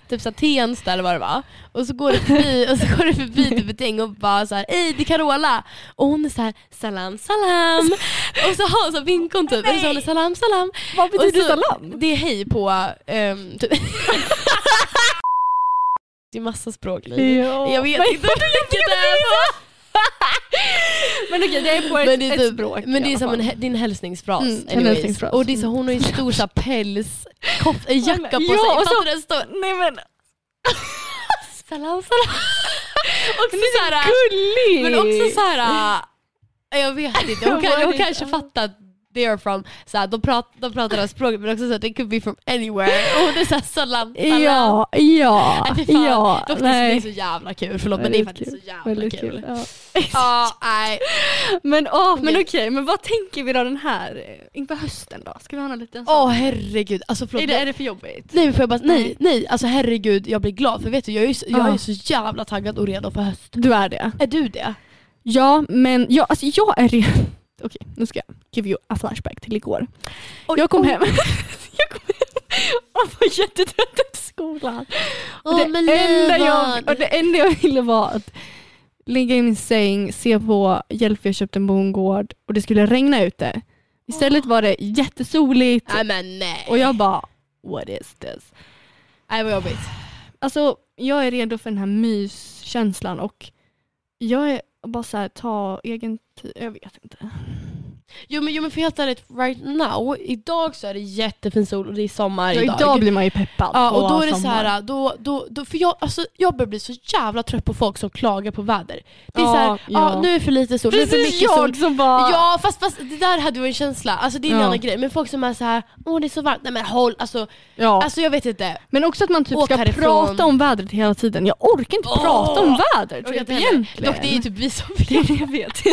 S1: typ så här Tensta eller vad det var. Och så går det
S2: <laughs>
S1: förbi, och så går det förbi typ ett gäng och bara så här, hej det är Carola. Och hon är så här, salam salam. Och så har hon så här vinkon typ, eller så har hon salam salam.
S2: Vad
S1: Och
S2: betyder
S1: så-
S2: salam?
S1: Det är hej på... ehm,
S2: <laughs>
S1: typ. det är massa språk Liv.
S2: Ja.
S1: Jag vet
S2: Men-
S1: inte vilket det är. alltså.
S2: <laughs> Men okej, det är på ett,
S1: Men det är,
S2: ett
S1: typ,
S2: språk
S1: men det
S2: i
S1: är
S2: alla
S1: som en,
S2: fall.
S1: hä- din hälsningsfras.
S2: Mm, en
S1: anyways.
S2: hälsningsfras.
S1: Och det är så, hon har ju en stor så här, päls, koff, en jacka på sig.
S2: Ja, och så-
S1: Fattar du? Den står
S2: Nej men
S1: salam <laughs> salam. Och så, så här,
S2: gullig!
S1: men också så här. äh, <laughs> Jag vet inte, hon, kan, hon kanske fattar att they are from, så här, de, prat, de pratar det här språket men också så här, they could be from anywhere. Och hon är såhär salam salam.
S2: Ja, ja,
S1: Nej, fy fan.
S2: ja.
S1: Dock, det är
S2: nej.
S1: så jävla kul, förlåt men det är faktiskt så jävla
S2: Väldigt
S1: kul.
S2: ja.
S1: Ja, nej.
S2: Men, åh, men
S1: Okej.
S2: okej, men vad tänker vi då den här, eh, inför hösten då? Ska vi ha någon liten sån?
S1: Åh herregud, alltså förlåt.
S2: är, det, är det för jobbigt?
S1: Nej men får jag bara, nej,
S2: Nej.
S1: nej, alltså herregud jag blir glad för vet du jag är, ju så, jag
S2: Ja.
S1: är så jävla taggad och redo för höst.
S2: Du är det?
S1: Är du det?
S2: Ja, men jag, alltså, jag är redo. <laughs> Okej, nu ska jag give you a flashback till igår.
S1: Oj,
S2: <laughs> jag kom
S1: oj.
S2: hem. <laughs> jag kom hem. Man var jättetrött efter skolan. Och
S1: Åh, men
S2: enda jag,
S1: Levan.
S2: och det enda jag ville var att ligga i min säng, se på Hjälp jag köpte en bondgård och det skulle regna ute. Istället var det jättesoligt
S1: Nej men nej.
S2: och jag bara what is this?
S1: Nej vad jobbigt.
S2: Alltså jag är redo för den här myskänslan och jag är bara så här, ta egen tid, jag vet inte.
S1: Jo men, jo, men för helt ärligt, right now, idag så är det jättefin sol och det är sommar
S2: Ja,
S1: idag.
S2: idag blir man ju peppad
S1: Ja
S2: på
S1: och då är det så
S2: sommar.
S1: här, då, då, då, för jag, alltså, jag börjar bli så jävla trött på folk som klagar på väder. Det är
S2: Ja,
S1: så här, ja.
S2: ja.
S1: nu är det för lite sol, nu är det för
S2: Precis
S1: mycket sol.
S2: jag som bara
S1: Ja fast, fast det där hade ju en känsla, alltså det är en
S2: Ja.
S1: annan grej. Men folk som är så här, åh det är så varmt, nej men håll, alltså,
S2: Ja.
S1: alltså jag vet inte.
S2: Men också att man typ
S1: Åk
S2: ska
S1: härifrån.
S2: prata om vädret hela tiden. Jag orkar inte
S1: Åh!
S2: prata om väder
S1: Jag vet
S2: typ,
S1: inte heller.
S2: egentligen.
S1: Dock det är ju typ vi som vill.
S2: <laughs> jag vet.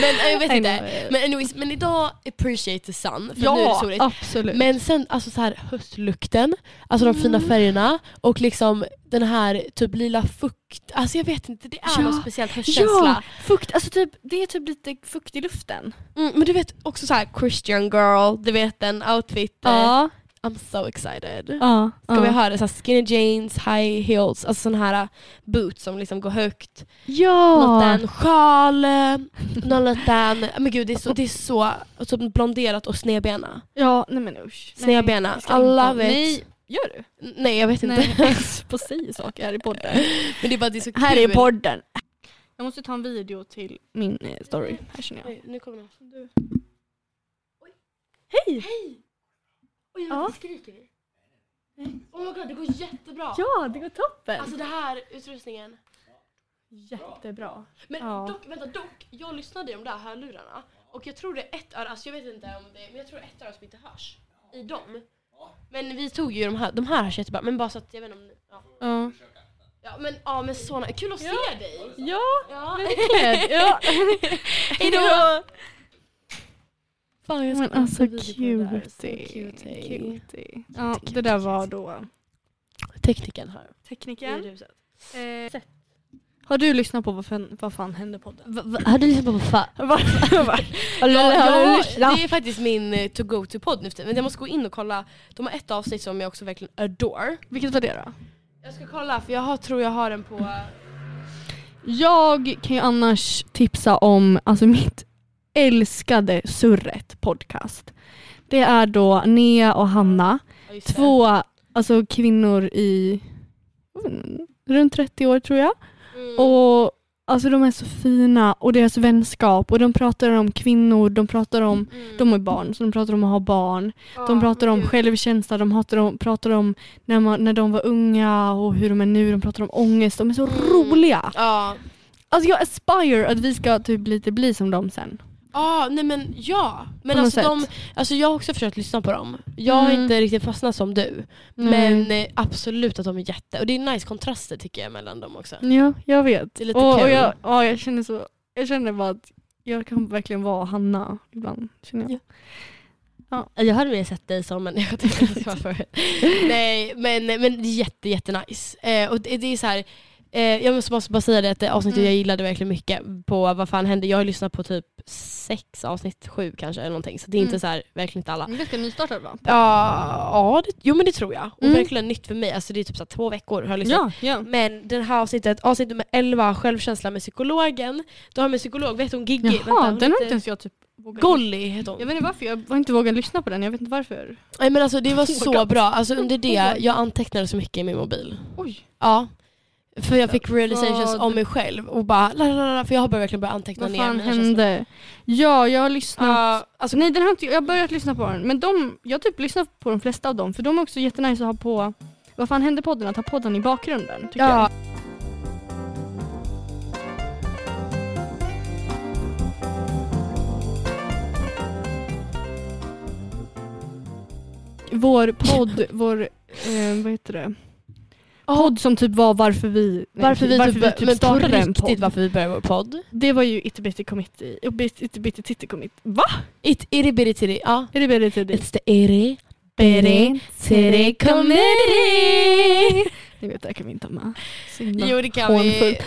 S1: Men eh, <laughs> jag vet
S2: I
S1: inte.
S2: know.
S1: Men anyways, men idag appreciate the sun, för nu är det
S2: ja,
S1: soligt.
S2: absolut.
S1: Men sen alltså så här, höstlukten, alltså de fina färgerna och liksom den här typ lila fukt, alltså jag vet inte, det är
S2: Ja.
S1: någon speciell höstkänsla.
S2: ja, fukt, alltså typ, det är typ lite fukt i luften.
S1: Mm, men du vet också så här Christian girl, du vet den outfiten.
S2: Ja.
S1: I'm so excited.
S2: ja.
S1: Eh, Ska vi höra det? Så här skinny jeans, high heels, alltså sån här uh, boots som liksom går högt. Någon
S2: Ja.
S1: liten sjal, eh, någon liten, men gud det är så, det är så och typ blonderat och snedbena.
S2: Ja, nej men usch. Nej,
S1: Snedbena,
S2: jag ska
S1: alla
S2: inte-
S1: vet.
S2: Nej, gör du?
S1: Nej, jag vet
S2: Nej,
S1: inte. <laughs>
S2: på säger saker här i podden.
S1: men det är bara det är så kul.
S2: här i podden. Jag måste ta en video till min eh, story. Här känner jag.
S1: Oj, nu kommer någon.
S2: Hej!
S1: Oj,
S2: Ja.
S1: vänta, skriker vi? Oh my god, det går jättebra!
S2: Ja, det går toppen.
S1: Alltså det här utrustningen.
S2: Jättebra.
S1: Men
S2: Ja.
S1: dock, vänta, dock, jag lyssnade i de där hörlurarna och jag tror det är ett öra, alltså jag vet inte om det är, men jag tror det är ett öra som inte hörs i dem. Men vi tog ju de här, de här hörs jättebra, men bara så att jag vet inte om... Ja,
S2: Ja.
S1: ja men, ja, men såna, kul att se dig!
S2: Ja,
S1: Ja.
S2: verkligen. Ja.
S1: Hejdå! Fan,
S2: Men
S1: ska
S2: alltså
S1: också visa på det där. Så
S2: cutie.
S1: cutie.
S2: Cutie. Ja,
S1: Cutie,
S2: det där
S1: cutie,
S2: var
S1: cutie.
S2: då
S1: Tekniken här.
S2: tekniken.
S1: I huset.
S2: Eh, har du lyssnat på vad fan, vad fan hände podden?
S1: Har du lyssnat på <laughs> Faffa?
S2: <laughs>
S1: Ja, ja, det är faktiskt min eh, to go to podd nu för tiden. Men jag måste gå in och kolla. De har ett avsnitt som jag också verkligen adore.
S2: Vilket var det då?
S1: Jag ska kolla för jag har, tror jag har den på...
S2: Jag kan ju annars tipsa om alltså mitt älskade Surret podcast. Det är då Nea och Hanna,
S1: ja, just det.
S2: två alltså, kvinnor i mm, runt 30 år tror jag.
S1: Mm.
S2: Och alltså de är så fina och deras vänskap och de pratar om kvinnor, de pratar om
S1: Mm.
S2: de är barn, så de pratar om att ha barn. De
S1: Ja,
S2: pratar om
S1: gud.
S2: självkänsla, de hatar om, pratar om när, man, när de var unga och hur de är nu, de pratar om ångest. De är så
S1: Mm.
S2: roliga.
S1: Ja.
S2: Alltså jag aspire att vi ska typ lite bli som dem sen.
S1: Ja, nej men ja. Men
S2: På något
S1: alltså, de,
S2: sätt.
S1: alltså jag har också försökt lyssna på dem. Jag har
S2: Mm.
S1: inte riktigt fastnat som du.
S2: Nej.
S1: Men eh, absolut att de är jätte... Och det är nice kontraster tycker jag mellan dem också.
S2: Ja, jag vet.
S1: Det är lite
S2: och, och
S1: kul.
S2: jag, ja, jag känner så, jag känner bara att jag kan verkligen vara Hanna ibland. Känner jag.
S1: Jag hade mer sett dig som en <laughs> jag tänkte att det var
S2: <laughs>
S1: för- Nej men, men det är jätte, jätte nice. Eh, och det, det är så här, eh, jag måste, måste bara säga det att det avsnittet
S2: Mm.
S1: jag gillade verkligen mycket på vad fan hände. Jag har lyssnat på typ sex avsnitt, sju kanske eller någonting. Så det är inte
S2: Mm.
S1: så här, verkligen inte alla.
S2: Det är ganska nystartat va?
S1: Ja, ja det, jo men det tror jag. Och
S2: Mm.
S1: verkligen nytt för mig. Alltså det är typ så här, två veckor har jag lyssnat.
S2: Ja, ja.
S1: Men den här avsnittet, avsnitt nummer 11, självkänsla med psykologen. Då har jag med psykolog, vet hon Gigi?
S2: Jaha,
S1: hon
S2: den har
S1: heter-
S2: inte ens jag typ vågat
S1: Golly heter hon.
S2: Jag vet inte varför, jag har inte vågat lyssna på den. Jag vet inte varför.
S1: Nej men alltså <laughs> det var så
S2: Vågat.
S1: bra. Alltså under det,
S2: Vågat.
S1: jag antecknade så mycket i min mobil.
S2: Oj.
S1: Ja. För jag fick realizations
S2: Vad-
S1: om mig själv och bara la, la, la, la, för jag har börjat verkligen börja anteckna
S2: Vad
S1: ner
S2: fan
S1: mina känslor.
S2: hände? Ja, jag har lyssnat.
S1: Ja,
S2: alltså, nej, den har inte, jag har börjat lyssna på den. Men de, jag har typ lyssnat på de flesta av dem. För de är också jättenice att ha på Vad fan hände podden? Att ha podden i bakgrunden. Tycker
S1: Ja.
S2: jag. Vår
S1: <laughs>
S2: podd, vår, eh, vad heter det? Podd som typ var varför vi, nej,
S1: varför vi typ, men på
S2: startade en
S1: riktigt
S2: podd.
S1: varför vi började vår podd.
S2: Det var ju Itty Bitty Committee. och Bit- Itty Bitty Titty Committee. Va?
S1: It, itty bitty titty, ja.
S2: Är det Bitty Titty?
S1: It's the itty bitty titty committee.
S2: Ni vet, det här kan vi inte ha med. Så himla-
S1: Jo det kan vi.
S2: Hånfull.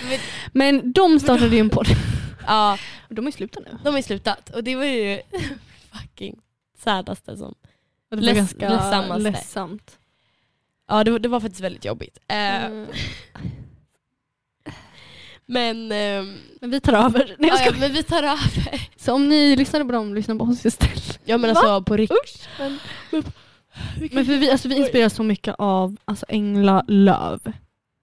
S1: Men,
S2: Men de startade ju en podd.
S1: ja,
S2: De har ju slutat nu.
S1: de har ju slutat och det var ju <laughs> fucking sadaste som
S2: Och
S1: Leds-
S2: ganska
S1: ledsammaste.
S2: ledsamt.
S1: Ja det, var- det var faktiskt väldigt jobbigt. Eh,
S2: Mm.
S1: Men, ehm,
S2: Men vi tar över. Nej, jag
S1: ja, ja,
S2: skojar.
S1: men vi tar över.
S2: Så om ni lyssnade på dem, lyssna på oss istället.
S1: Ja men alltså på riktigt.
S3: Usch. Men, men, vi kan-
S2: Men för vi, alltså, vi inspireras så mycket av alltså, Engla Löv.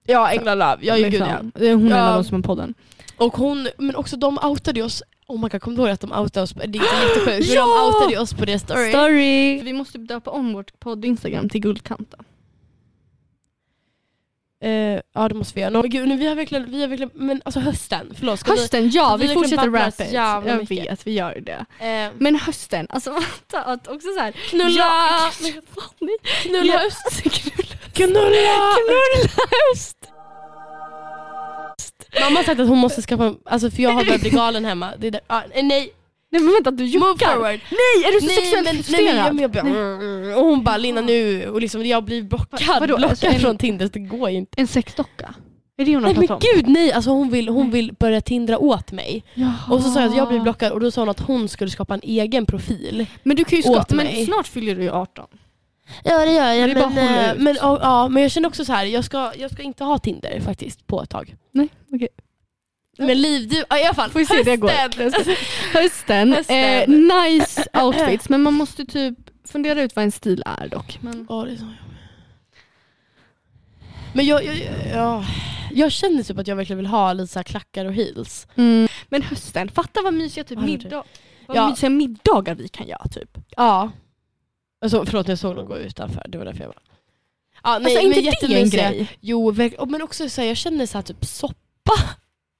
S1: Ja Engla Love, ja ju gud ja.
S2: Liksom. Det är Hon är en
S1: Ja.
S2: av de som har podden.
S1: Och hon, men också de outade oss, oh my god kommer du ihåg att de outade oss, det är inte jättesjukt, men
S2: Ja!
S1: de outade oss på deras story.
S2: Story. Vi måste döpa om vårt podd Instagram till Guldkanta.
S1: Eh, ja det måste vi göra. Nå, gud, nu, vi, har verkligen, vi har verkligen, men alltså hösten, förlåt. Ska
S2: Hösten, ja
S1: vi
S2: vi,
S1: verkligen
S2: fortsätter
S1: babblar
S2: rappa.
S1: så jävla
S2: Jag
S1: mycket.
S2: vet, vi gör det.
S1: Vi, eh,
S2: Men hösten, alltså <laughs> vänta, att också så här.
S1: knulla!
S2: <laughs>
S1: Knulla
S2: Ja.
S1: höst!
S2: <laughs>
S3: Knulla!
S2: Knullhöst!
S1: Mamma har sagt att hon måste skaffa, alltså för jag har börjat bli galen hemma. Det är där, ah, nej,
S2: Nej men vänta, du
S1: move
S2: juckar.
S1: forward!
S2: Nej, är du så
S1: Nej,
S2: sexuellt
S1: men- nej,
S2: frustrerad?
S1: nej, men jag bara, och hon bara Lina nu, och liksom, jag blir
S2: Va-
S1: blockad,
S2: vadå?
S1: blockad
S2: Alltså, en-
S1: från Tinder, det går ju inte.
S2: En sexdocka? Är det hon har
S1: Nej
S2: pratat
S1: men
S2: om?
S1: gud nej, alltså hon vill, hon vill börja tindra åt mig.
S2: Jaha.
S1: Och så sa jag att jag blir blockad och då sa hon att hon skulle skapa en egen profil.
S2: Men du kan ju
S1: åt
S2: skapa, men
S1: mig.
S2: snart fyller du ju 18.
S1: Ja det gör jag.
S2: Men det är bara hålla ut.
S1: men, men, ja, ja, men jag känner också så här, jag ska, jag ska inte ha Tinder faktiskt på ett tag.
S2: Nej, okej.
S1: Men liv, du, ja, i alla fall.
S2: Får vi se hur det går.
S1: hösten.
S2: Hösten,
S1: Hösten.
S2: Eh, nice outfits men man måste typ fundera ut vad en stil är dock. Men,
S1: Ja, det är så jobbigt. Men jag, jag, ja, jag känner typ att jag verkligen vill ha lite så här klackar och heels.
S2: men hösten, fatta vad mysiga, typ,
S1: Mm. Ja, det tror
S2: middag, vad
S1: Ja.
S2: mysiga middagar vi kan göra typ.
S1: Ja. Alltså, förlåt, jag såg någon gå utanför. Det var därför jag bara... Ja, nej,
S2: alltså
S1: men
S2: inte det en
S1: jättemysiga.
S2: grej?
S1: Jo, verk- och men också så här, jag känner så här, typ soppa.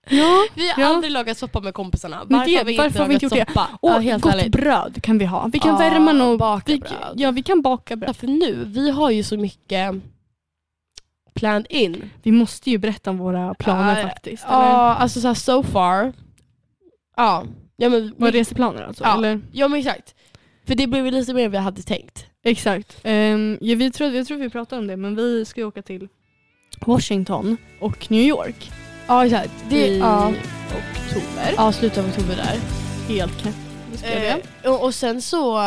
S2: Ja.
S1: Vi har
S2: Ja.
S1: aldrig lagat soppa med kompisarna.
S2: Men
S1: Varför
S2: det-
S1: har vi
S2: varför
S1: inte
S2: har vi
S1: lagat
S2: inte gjort
S1: soppa?
S2: Och
S1: ja, helt
S2: gott
S1: ärligt.
S2: bröd kan vi ha. Vi kan
S1: Ja,
S2: värma något.
S1: baka
S2: vi,
S1: bröd.
S2: Ja vi kan baka bröd.
S1: För nu, vi har ju så mycket eh, planned in.
S2: Vi måste ju berätta om våra planer
S1: Ja,
S2: faktiskt. Eller?
S1: Ja, alltså så här, so far. Ja, ja men,
S2: Våra reseplaner alltså?
S1: Ja.
S2: Eller?
S1: ja men exakt. För det blev ju lite mer än vi hade tänkt.
S2: Exakt. Ehm, ja, vi tror, jag tror vi pratade om det men vi ska ju åka till Washington och New York
S1: Ja exakt. Det,
S2: i
S1: ja.
S2: oktober.
S1: ja, slutet av oktober där.
S2: Helt knäppt. Vi ska göra det.
S1: Eh, och, och sen så,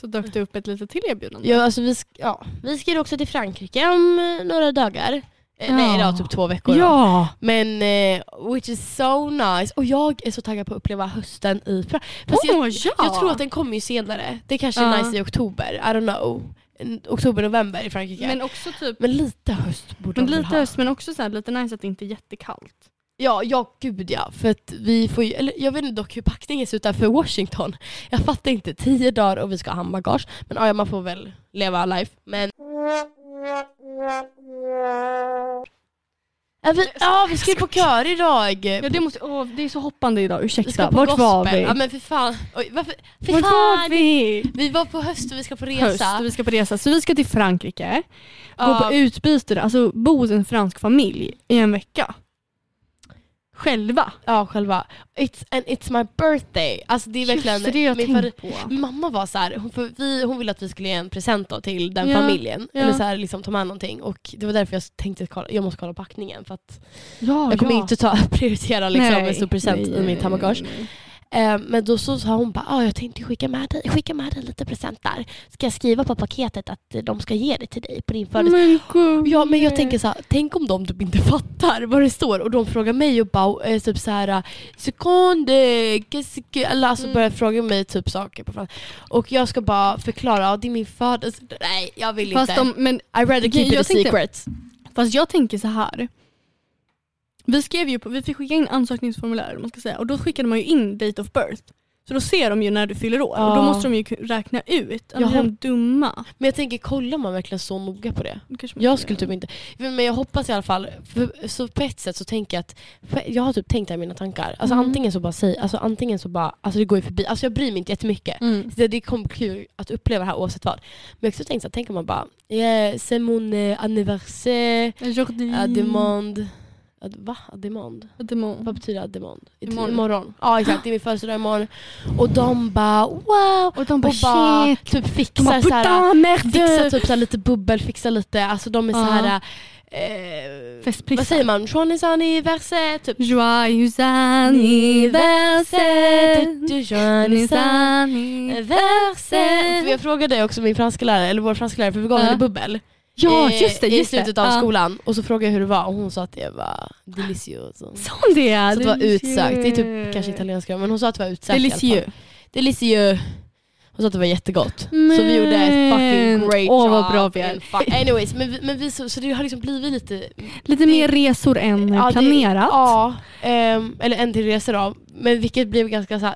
S2: Så dök det upp ett litet till erbjudande.
S1: ja, alltså vi, sk- ja, vi ska ju också till Frankrike om eh, några dagar. Eh,
S2: Ja.
S1: Nej, idag typ två veckor. då.
S2: Ja!
S1: Men eh, which is so nice. Och jag är så taggad på att uppleva hösten i Frankrike. Fast jag,
S2: Åh, ja!
S1: Jag tror att den kommer ju senare. Det kanske är
S2: Ja.
S1: nice i oktober. I don't know. En- Oktober, november i Frankrike. Men,
S2: Men också typ
S1: lite höst borde
S2: men
S1: de väl
S2: lite
S1: ha.
S2: öst men också så här, lite nice att det inte är jättekallt.
S1: Ja, ja, gud ja. För att vi får ju, eller jag vet inte dock hur packningen ser ut där för Washington. Jag fattar inte. Tio dagar och vi ska ha handbagage. Men ja, ja, man får väl leva life. Men... Ja, vi, ja, vi ska ju på kör idag.
S2: Ja det, måste, åh, det är så hoppande idag, ursäkta.
S1: vi ska på
S2: Vart
S1: gospel.
S2: var vi?
S1: Ja men för fan. Oj, varför? För
S2: Vart var
S1: fan. Vi?
S2: vi?
S1: var på höst och vi ska på resa.
S2: Höst, vi ska på resa. Så vi ska till Frankrike,
S1: Ja.
S2: gå på utbyte, alltså bo hos en fransk familj i en vecka. Själva.
S1: Ja, själva. It's, and it's my birthday. Alltså det är verkligen
S2: Just det, det har jag
S1: min favorit.
S2: tänkt på.
S1: Mamma var så här, hon, för vi, hon ville att vi skulle ge en present då till den
S2: Ja,
S1: familjen.
S2: ja.
S1: Eller så här, liksom, ta med någonting. Och det var därför jag tänkte kolla, jag måste kolla packningen. För att
S2: Ja,
S1: jag kommer
S2: ja.
S1: inte ta, <laughs> prioritera liksom,
S2: Nej,
S1: en stor present
S2: nej,
S1: i
S2: nej,
S1: mitt handbagage.
S2: nej, nej.
S1: Eh, men då så sa hon bara, ah, jag tänkte skicka med, dig, skicka med dig lite presenter. Ska jag skriva på paketet att eh, de ska ge det till dig på din födelsedag?
S2: Men gud.
S1: Ja men jag tänker så här, tänk om de typ inte fattar vad det står och de frågar mig och bara eh, typ så här sekonde, eller alltså börjar
S2: Mm.
S1: fråga mig typ saker på franska. Och jag ska bara förklara, ja det är min födelsedag. Nej jag vill
S2: Fast,
S1: inte.
S2: de, men,
S1: I rather keep
S2: Jag-
S1: it a
S2: jag tänkte-
S1: secret.
S2: fast jag tänker så här. Vi skrev ju på, vi fick skicka in ansökningsformulär eller vad man ska säga, och då skickade man ju in date of birth. Så då ser de ju när du fyller år och då
S1: Ja.
S2: måste de ju ku- räkna ut. Annars
S1: Jaha.
S2: är de dumma.
S1: Men jag tänker, kollar man verkligen så noga på det?
S2: Då kanske man
S1: Jag
S2: inte
S1: skulle
S2: gör det.
S1: typ inte, men jag hoppas i alla fall, för, så på ett sätt så tänker jag att, för jag har typ tänkt här i mina tankar, alltså
S2: Mm.
S1: antingen så bara säg, alltså antingen så bara, alltså det går ju förbi, alltså jag bryr mig inte jättemycket.
S2: Mm.
S1: Så Det kommer bli kul att uppleva det här oavsett vad. Men jag har också tänkt så här, tänker man bara, yeah, c'est mon eh, anniversaire,
S2: Mm.
S1: à demande. Ad, va? À demande?
S2: Ademon.
S1: Vad betyder à demande? I-
S2: Imorgon.
S1: Imorgon. Ja exakt, det är min födelsedag imorgon. Och de bara wow!
S2: Och de
S1: Och bara typ
S2: De bara
S1: fixar såhär,
S2: putain
S1: fixar
S2: merde!
S1: typ såhär lite bubbel, fixar lite, alltså de är
S2: Ja.
S1: såhär eh, vad säger
S2: Festprissar.
S1: man? Joannes anniversaire, typ.
S2: Joyeux anniversaire!
S1: Du, du, Joannes
S2: Anniversaire!
S1: Versen. För jag frågade också min franska lärare, eller vår franska lärare, för vi gav
S2: Ja.
S1: henne bubbel.
S2: Ja,
S1: eh,
S2: just det. Just
S1: I slutet
S2: det.
S1: av
S2: Ja.
S1: skolan. Och så frågade jag hur det var och hon sa att det var delicious. Så
S2: Som det är.
S1: att det var utsökt. Det är typ kanske italienska men hon sa att det var utsökt i alla fall.
S2: Delicieux.
S1: Delicieux. Hon sa att det var jättegott. Så vi gjorde ett fucking
S2: Men,
S1: great
S2: åh, vad
S1: job.
S2: bra vi är.
S1: Fuck- Anyways, men, vi, men vi, så, så det har liksom blivit lite
S2: Lite mer resor än
S1: Ja, det-
S2: planerat.
S1: Ja, ehm, eller en till resor av. Men vilket blev ganska så här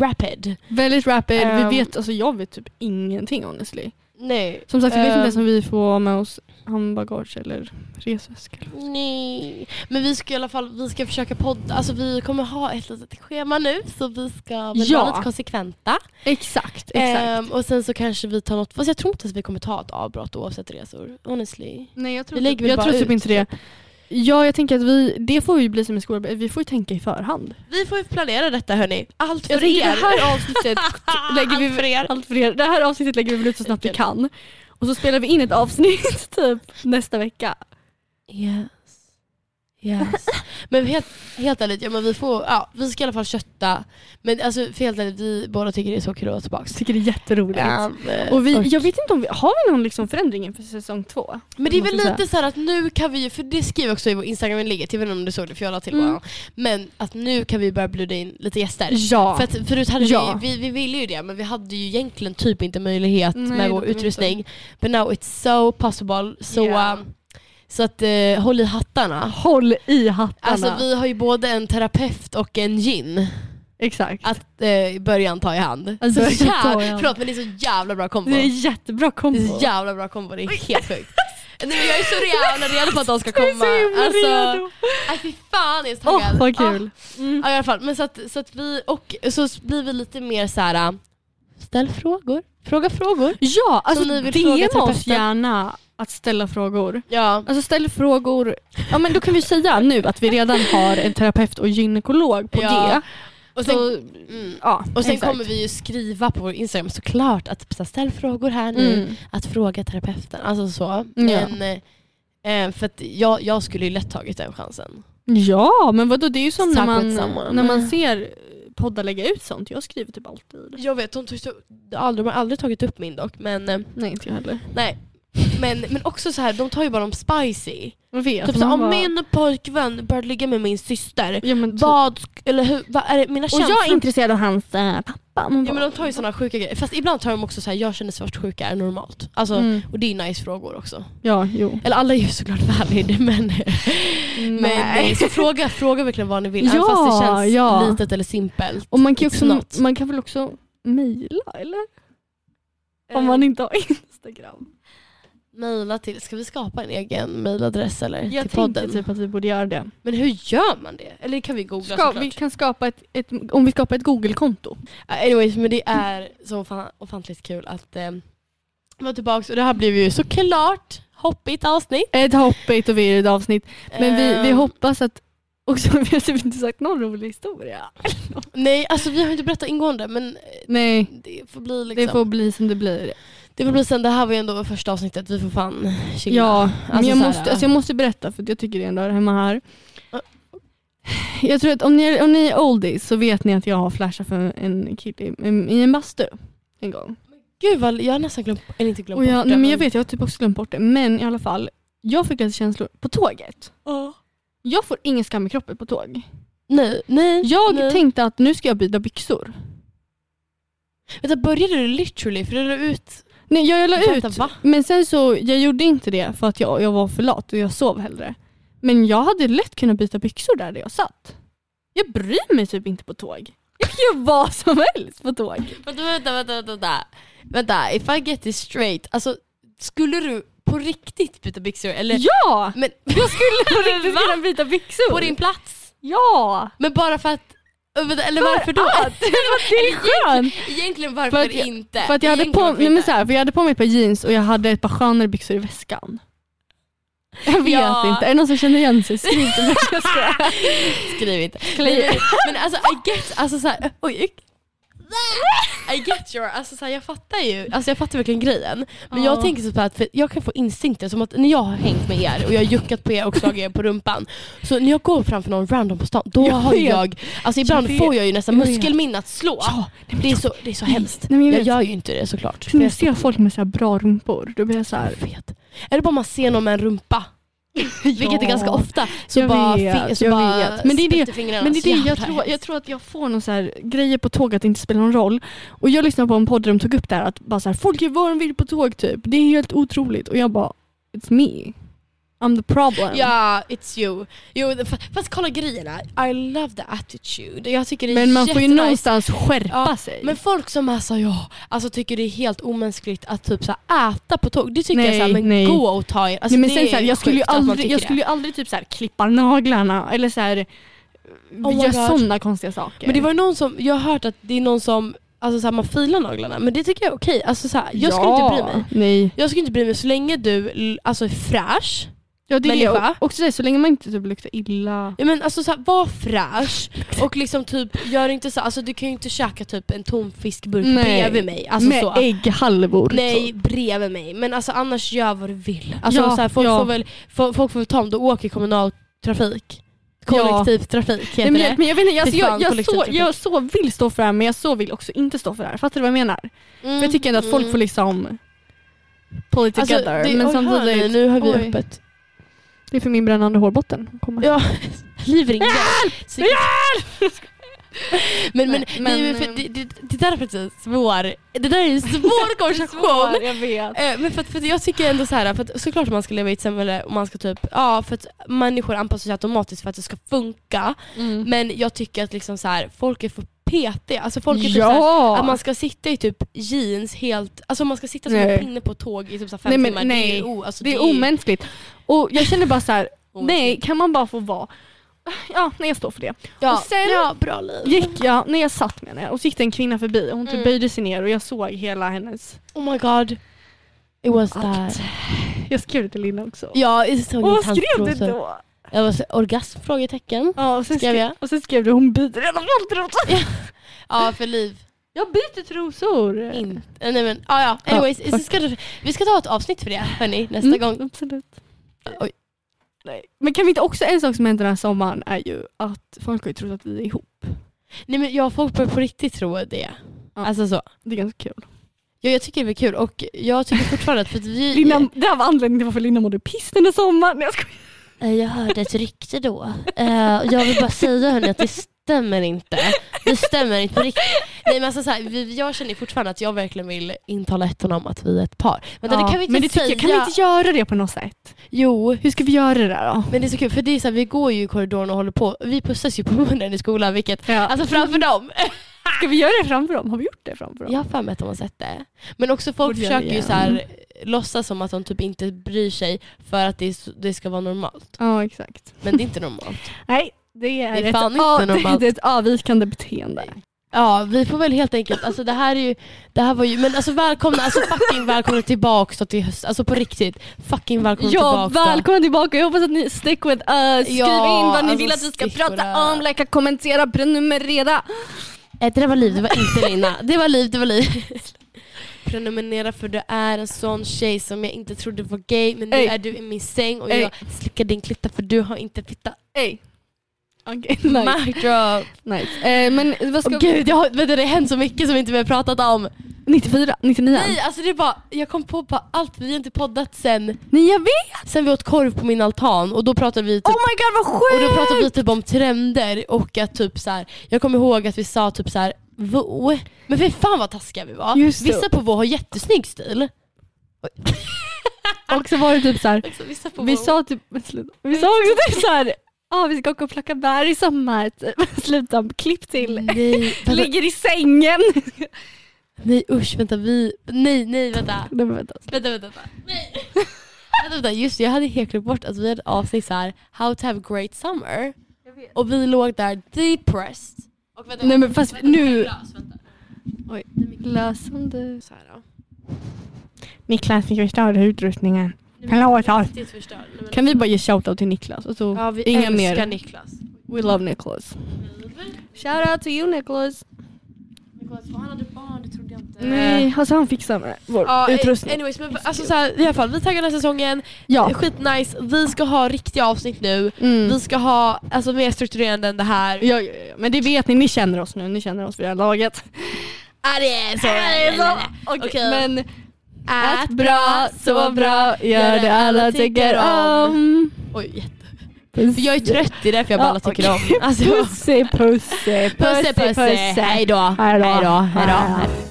S1: rapid.
S2: Väldigt rapid.
S1: Ehm.
S2: vi vet, alltså jag vet typ ingenting honestly.
S1: Nej.
S2: Som sagt, vi vet
S1: Ehm.
S2: inte ens om vi får med oss handbagage eller resväska.
S1: Nej. Men vi ska i alla fall vi ska försöka podda. Alltså vi kommer ha ett litet schema nu så vi ska väl
S2: Ja.
S1: vara lite konsekventa.
S2: Exakt,
S1: Ehm, och sen så kanske vi tar något, fast jag tror inte att vi kommer ta ett avbrott oavsett resor. Honestly.
S2: Nej, jag tror,
S1: vi lägger
S2: typ,
S1: väl
S2: jag
S1: bara
S2: tror typ
S1: ut,
S2: inte det. Ja, jag tänker att vi, det får ju bli som i skolan, vi får ju tänka i förhand.
S1: Vi får ju planera detta hörni. Allt för
S2: Jag tänker
S1: er.
S2: det <laughs> här avsnittet lägger vi
S1: Allt för er.
S2: Allt för er. Det här avsnittet lägger vi väl ut så snabbt vi kan. Och så spelar vi in ett avsnitt <laughs> typ nästa vecka.
S1: Yes. Yes. <laughs> men helt, helt ärligt, ja, men vi, får, ja, vi ska i alla fall kötta. Men alltså, för helt ärligt, vi båda tycker det är så kul att vara tillbaka.
S2: Jag tycker det är jätteroligt.
S1: Ehm, eh,
S2: Och vi, jag vet inte om vi, har vi någon liksom förändring inför säsong två?
S1: men det är väl
S2: måste jag
S1: lite så här att nu kan vi ju, för det skriver jag också i vår Instagram-inlägget, jag vet inte om du såg det för jag la till
S2: Mm.
S1: bara. Men att nu kan vi börja bjuda in lite gäster.
S2: Ja.
S1: För att förut hade
S2: Ja.
S1: vi, vi, vi ville ju det men vi hade ju egentligen typ inte möjlighet
S2: Nej,
S1: med
S2: det
S1: vår
S2: hade vi
S1: utrustning. But now it's so possible. Så,
S2: Yeah.
S1: um, så att eh, håll i hattarna.
S2: Håll i hattarna.
S1: Alltså vi har ju både en terapeut och en gin
S2: Exakt.
S1: att eh, början ta i hand.
S2: Att
S1: så
S2: början ta i
S1: jävla, <laughs>
S2: hand.
S1: förlåt men det är så jävla bra kombo.
S2: det är jättebra kombo.
S1: Det är så jävla bra kombo, det är helt sjukt. Nej, men jag är så jävla redo på att <laughs> de ska
S2: Jag är
S1: komma.
S2: så himla
S1: Alltså,
S2: redo.
S1: nej, fy fan jag är så
S2: Åh,
S1: taggad.
S2: vad kul. Mm.
S1: Ja, i alla fall. Men så att, så att vi, och så blir vi lite mer så här. äh, ställ frågor. Fråga frågor.
S2: Ja, alltså
S1: ni vill fråga
S2: DM oss
S1: terapeuten.
S2: gärna att ställa frågor.
S1: Ja.
S2: Alltså ställ frågor. Ja men då kan vi säga nu att vi redan har en terapeut och gynekolog på
S1: Ja.
S2: G.
S1: Och sen,
S2: Så,
S1: mm.
S2: ja,
S1: och sen
S2: exakt.
S1: kommer vi ju skriva på vår Instagram såklart att så här, ställ frågor här nu.
S2: Mm.
S1: Att fråga terapeuten. Alltså så.
S2: Ja.
S1: Men, eh, för att jag, jag skulle ju lätt tagit den chansen.
S2: Ja men vadå det är ju som när
S1: Tack
S2: man,
S1: detsamma.
S2: när man ser poddar lägga ut sånt. Jag skriver typ alltid.
S1: Jag vet, de, tycks, aldrig, de har aldrig tagit upp min dock. Men, eh,
S2: Nej inte jag heller.
S1: nej. men, men också så här, de tar ju bara de spicy.
S2: Jag vet.
S1: typ
S2: man
S1: så här, om
S2: bara-
S1: min pojkvän började ligga med min syster.
S2: ja, men, typ-
S1: Vad, sk- eller hur, vad är det, mina
S2: och
S1: känslor?
S2: jag är intresserad av hans eh, pappa. Man
S1: Ja,
S2: bara-
S1: men de tar ju sådana sjuka grejer. Fast ibland tar de också så här, jag känner svartsjuka är normalt. Alltså,
S2: Mm.
S1: Och det är nice frågor också.
S2: Ja jo.
S1: Eller alla är ju såklart valid <laughs> men,
S2: Mm.
S1: men eh, så fråga, fråga verkligen vad ni vill. även
S2: Ja,
S1: fast det känns
S2: ja.
S1: litet eller simpelt.
S2: Och man kan, ju
S1: It's
S2: också,
S1: not.
S2: man kan väl också mejla eller? Om man inte har Instagram.
S1: Maila till, ska vi skapa en egen mailadress eller?
S2: Jag
S1: till
S2: tänker
S1: podden.
S2: typ att vi borde göra det.
S1: Men hur gör man det? Eller kan vi googla
S2: Ska,
S1: såklart?
S2: vi kan skapa ett, ett, om vi skapar ett Google-konto.
S1: Uh, Anyways, men det är så fan, ofantligt kul att eh, vara tillbaka. Och det här blev ju såklart hoppigt avsnitt.
S2: Ett hoppigt och virrigt avsnitt. Men vi, vi
S1: Ehm,
S2: hoppas att <laughs> också, vi har typ inte sagt någon rolig historia.
S1: Nej, alltså vi har inte berättat ingående men eh,
S2: Nej,
S1: det får bli liksom.
S2: det får bli som det blir.
S1: Det får bli sen, det här var ju ändå första avsnittet, vi får fan chilla.
S2: Ja, men
S1: Alltså,
S2: jag
S1: så här,
S2: måste, alltså, jag måste berätta för att jag tycker det ändå är hemma här. Jag tror att om ni, är- om ni är oldies så vet ni att jag har flashat för en kille i en, i en bastu en gång.
S1: Gud vad, jag har nästan glömt, eller inte glömt
S2: Och jag,
S1: bort
S2: nej,
S1: det.
S2: men jag vet, jag har typ också glömt bort det. Men i alla fall, jag fick lite känslor på tåget.
S1: Ja.
S2: Jag får ingen skam i kroppen på tåg.
S1: Nej, nej.
S2: Jag
S1: nej.
S2: tänkte att nu ska jag byta byxor.
S1: Vänta, började du literally? För du la ut...
S2: Nej, jag, jag la ut.
S1: Vänta, va?
S2: Men sen så, jag gjorde inte det för att jag, jag var för lat och jag sov hellre. Men jag hade lätt kunnat byta byxor där jag satt. Jag bryr mig typ inte på tåg. Jag kan göra vad som helst på tåg.
S1: Vänta, vänta, vänta, vänta, vänta. Vänta, if I get this straight. Alltså, skulle du på riktigt byta byxor? Eller? <laughs>
S2: Ja!
S1: Men jag skulle
S2: På riktigt kunna byta byxor.
S1: På din plats?
S2: Ja!
S1: Men bara för att... Ö, vänta, Eller varför då? <laughs>
S2: Att, det är skönt.
S1: Egentligen varför
S2: För att jag-
S1: inte?
S2: För att jag hade
S1: Egentligen
S2: på,
S1: varför
S2: nej men
S1: inte?
S2: så här, för jag hade på mig ett par jeans och jag hade ett par skönare byxor i väskan. Jag vet
S1: Ja.
S2: inte, är det någon som känner igen sig? Skriv
S1: <laughs>
S2: till mig. Jag skojar.
S1: skrivit. Men, men alltså I get, alltså så här, oj. ick. I get your, alltså så här, jag fattar ju, alltså jag fattar verkligen grejen. Men
S2: Ja.
S1: jag tänker så här att för jag kan få instinkter som att när jag har hängt med er och jag har juckat på er och slagit er på rumpan. Så när jag går framför någon random på stan, då
S2: Jag
S1: har ju
S2: vet.
S1: jag, alltså
S2: Jag
S1: ibland
S2: vet.
S1: får jag ju nästan
S2: Jag vet.
S1: muskelminne att slå.
S2: Ja,
S1: det, är så, det är så hemskt.
S2: Nej, men jag
S1: jag,
S2: vet.
S1: gör ju inte det såklart.
S2: När jag
S1: jag,
S2: ser folk med så här bra rumpor, då blir jag så här,
S1: jag vet. Eller bara man ser någon med en <laughs> rumpa. Vilket är ganska ofta. Så
S2: Jag
S1: bara,
S2: vet,
S1: fi- så
S2: jag
S1: bara
S2: vet. Men det är det-
S1: sprätter fingrarna
S2: Men det
S1: så
S2: är det,
S1: jävla
S2: jag, tror, jag
S1: hemskt.
S2: tror att jag får någon så här grejer på tåg att det inte spelar någon roll. Och jag lyssnade på en podd där de tog upp det här att bara så här, folk gör vad de vill på tåg typ. Det är helt otroligt. Och jag bara, it's me. I'm the problem.
S1: Ja, it's you. Jo, f- fast kolla grejerna. I love the attitude. Jag tycker det är
S2: Men man får ju
S1: jättenice.
S2: någonstans skärpa
S1: Ja,
S2: sig.
S1: Men folk som är så, ja, alltså tycker det är helt omänskligt att typ så här, äta på tåg. Det tycker
S2: Nej,
S1: jag såhär, men
S2: nej.
S1: gå och ta er. Alltså,
S2: Nej, men
S1: det
S2: sen så här,
S1: är
S2: jag skulle ju
S1: sjukt att man
S2: aldrig,
S1: tycker
S2: jag
S1: det.
S2: skulle ju aldrig typ så här, klippa naglarna eller så här,
S1: Oh my
S2: göra
S1: God.
S2: sådana konstiga saker.
S1: Men det var ju någon som, jag har hört att det är någon som, alltså så här, man filar naglarna. Men det tycker jag är okej. Alltså, så här, jag skulle inte bry mig.
S2: Nej.
S1: Jag skulle inte bry mig så länge du l- alltså, är fräsch.
S2: Ja, det är det.
S1: Människa.
S2: Och- Också det, så länge man inte typ luktar illa.
S1: Ja, men alltså, så här, var fräsch och liksom typ, gör inte så, alltså, du kan ju inte käka typ en tom fiskburk
S2: Nej.
S1: bredvid mig. Alltså,
S2: Med liksom.
S1: så.
S2: ägghalvor. typ.
S1: Nej, bredvid mig. Men alltså, annars gör vad du vill. Alltså,
S2: Ja,
S1: så här, folk,
S2: ja.
S1: får väl, fo- folk får väl ta om du åker kommunaltrafik. Kollektivtrafik
S2: Nej,
S1: heter
S2: men,
S1: det.
S2: jag, men jag vet inte, alltså,
S1: Fy fan, typ.
S2: jag, jag, så,
S1: kollektivtrafik.
S2: jag så vill stå för det här men jag så vill också inte stå för det här. Fattar du vad jag menar? För jag tycker ändå att folk får liksom pull it
S1: Mm. Alltså,
S2: together.
S1: det,
S2: men
S1: oj, hör ni,
S2: samtidigt,
S1: nu har vi
S2: oj.
S1: öppet.
S2: det är för min brännande hårbotten. Kommer. <laughs>
S1: Ja, <laughs> liv ringer. Psykisk- <laughs> Men, men,
S2: Nej,
S1: det,
S2: men,
S1: är- för,
S2: ehm.
S1: det, det, det där är faktiskt svår. Det där är en
S2: <laughs>
S1: svår konversation.
S2: jag vet.
S1: Eh, Men för, att, för att jag tycker ändå så här, för att såklart man ska leva i ett samhälle och man ska typ, ja för att människor anpassar sig automatiskt för att det ska funka.
S2: Mm.
S1: Men jag tycker att liksom så här, folk är för petiga. Alltså folk är typ så här,
S2: Ja!
S1: att man ska sitta i typ jeans helt, alltså man ska sitta som
S2: Nej.
S1: en pinne på ett tåg i typ så här fem
S2: Nej, men
S1: timmar. Det
S2: nej.
S1: är, o, alltså
S2: det är omänskligt. Och jag känner bara så här,
S1: <laughs> omänskligt.
S2: nej kan man bara få vara? Ja, nej jag står för det.
S1: Ja,
S2: och sen-
S1: ja, bra liv.
S2: Gick jag, när jag satt med henne och så gick det en kvinna förbi och hon typ
S1: Mm.
S2: böjde sig ner och jag såg hela hennes...
S1: Oh my god. It was
S2: Allt.
S1: that.
S2: Jag skrev det till Lina också.
S1: Ja, jag såg
S2: och
S1: en
S2: vad skrev du
S1: tandfråga.
S2: då?
S1: Jag var så, orgasm? Frågetecken.
S2: Ja, och sen
S1: Skrev
S2: skrev,
S1: jag?
S2: och sen skrev du hon byter redan fronttrosor.
S1: Ja, för liv.
S2: Jag byter trosor.
S1: Inte. Nej men, ah, ja. Anyways,
S2: Ja, fuck.
S1: så ska, vi ska ta ett avsnitt för det hörni, nästa
S2: Mm,
S1: gång.
S2: Absolut.
S1: Oj.
S2: Nej. Men kan vi inte också, en sak som händer den här sommaren är ju att folk har ju trott att vi är ihop.
S1: Nej men jag folk börjar på riktigt tro det.
S2: Ja.
S1: Alltså så.
S2: Det är ganska kul.
S1: Ja, jag tycker det är kul och jag tycker fortfarande att för att vi...
S2: Lina, det här var anledningen till varför Lina mådde piss den här sommaren. Nej, jag skojar.
S1: Eh, Jag hörde ett rykte då. Eh, Jag vill bara säga hörni att det stämmer inte. Det stämmer inte på riktigt. Nej, men alltså, så här, vi- jag känner fortfarande att jag verkligen vill intala ettorna om att vi är ett par. Men det
S2: Ja,
S1: kan vi inte
S2: men det tycker
S1: säga.
S2: jag, kan vi inte göra det på något sätt?
S1: Jo,
S2: Hur ska vi göra det där då?
S1: men det är så kul för det är så här, vi går ju i korridoren och håller på. Vi pussas ju på munnen i skolan vilket,
S2: Ja.
S1: alltså framför dem.
S2: ska vi göra det framför dem? Har vi gjort det framför dem?
S1: Jag har för mig att de har sett det. Men också folk
S2: Borde göra
S1: försöker
S2: det
S1: ju
S2: igen.
S1: så här, låtsas som att de typ inte bryr sig för att det, är så- det ska vara normalt.
S2: Ja, exakt.
S1: Men det är inte normalt.
S2: Nej, det är,
S1: Det är
S2: ett,
S1: fan inte
S2: av- <laughs>
S1: normalt.
S2: det är ett avvikande beteende.
S1: Ja, vi får väl helt enkelt, alltså det här är ju, det här var ju, men alltså välkomna, alltså fucking välkomna tillbaks då till höst, alltså på riktigt. Fucking välkomna
S2: Ja,
S1: tillbaks då.
S2: välkomna tillbaka. Jag hoppas att ni stick with us. Skriv
S1: Ja,
S2: in vad ni
S1: alltså,
S2: vill att vi ska
S1: stick with
S2: prata
S1: us.
S2: om, läka, kommentera, prenumerera.
S1: Eh, Det där var liv, det var inte Lina. Det var liv, det var liv. Prenumerera för du är en sån tjej som jag inte trodde var gay men nu
S2: Ey.
S1: är du i min säng och
S2: Ey.
S1: jag slickar din klitta för du har inte fitta.
S2: Ey. Okej, nice.
S1: Mic drop.
S2: nice. Eh, men vad ska
S1: Åh gud, jag, har- vänta, det har hänt så mycket som inte vi har pratat om.
S2: 94, 99?
S1: Nej, alltså det är bara, jag kom på bara allt, vi har inte poddat sen,
S2: Nej, jag vet!
S1: sen vi åt korv på min altan och då pratade vi typ
S2: Oh my god vad sjukt!
S1: Och då pratade vi typ om trender och att typ så här, jag kommer ihåg att vi sa typ så här Vå. Men fy fan vad taskiga vi var.
S2: Just det.
S1: vissa på Vå har jättesnygg stil.
S2: Och så var det typ såhär,
S1: Alltså, vissa på
S2: vi
S1: Vå-
S2: sa typ, men sluta. Vi sa också typ såhär, ja vi ska åka och plocka bär i sommar. <laughs> Typ. Sluta, klipp till.
S1: Nej, vänta,
S2: Mm. Ligger i sängen.
S1: nej usch vänta vi, nej nej vänta.
S2: <laughs> Nej, men vänta.
S1: Vänta vänta vänta.
S2: <laughs>
S1: Nej. vänta, vänta. Just det, jag hade helt glömt bort att vi hade ett avsnitt så här How to have a great summer. Och vi låg där depressed. Och vänta,
S2: Nej, men fast
S1: vänta,
S2: nu-
S1: glas, vänta.
S2: Oj, lösande.
S1: Så här, då.
S2: Niklas, ni förstörde utrustningen. Förlåt, ja.
S1: Det är förstörd. Nej, men-
S2: Kan vi bara ge shoutout till Niklas? Och så,
S1: Ja, vi
S2: inga
S1: älskar
S2: mer.
S1: Niklas.
S2: We love Niklas. Shoutout till you Niklas.
S1: Niklas, vad han hade barn, det trodde jag inte.
S2: Nej, alltså han fixar med vår
S1: Eh. Ja, eh,
S2: utrustning.
S1: anyways, men alltså så här, i alla fall, vi taggar den här säsongen.
S2: ja.
S1: Skitnice. Vi ska ha riktiga avsnitt nu.
S2: Mm.
S1: Eh, Vi ska ha alltså, mer strukturerande än det här.
S2: Ja, ja, ja, men det vet ni, ni känner oss nu, ni känner oss vid det här laget.
S1: Ah, det är så.
S2: Nej, så-
S1: Okej.
S2: Men
S1: Ät bra, sov bra,
S2: gör det alla tycker om.
S1: Oj, jätte.
S2: Puss.
S1: Jag är trött, det är därför jag bara alla
S2: Ja,
S1: tycker
S2: <laughs>
S1: om. <laughs> Alltså,
S2: Puss i puss i
S1: puss, puss,
S2: puss i puss i.
S1: hej då.
S2: Hej då.
S1: Hej då. Hej då.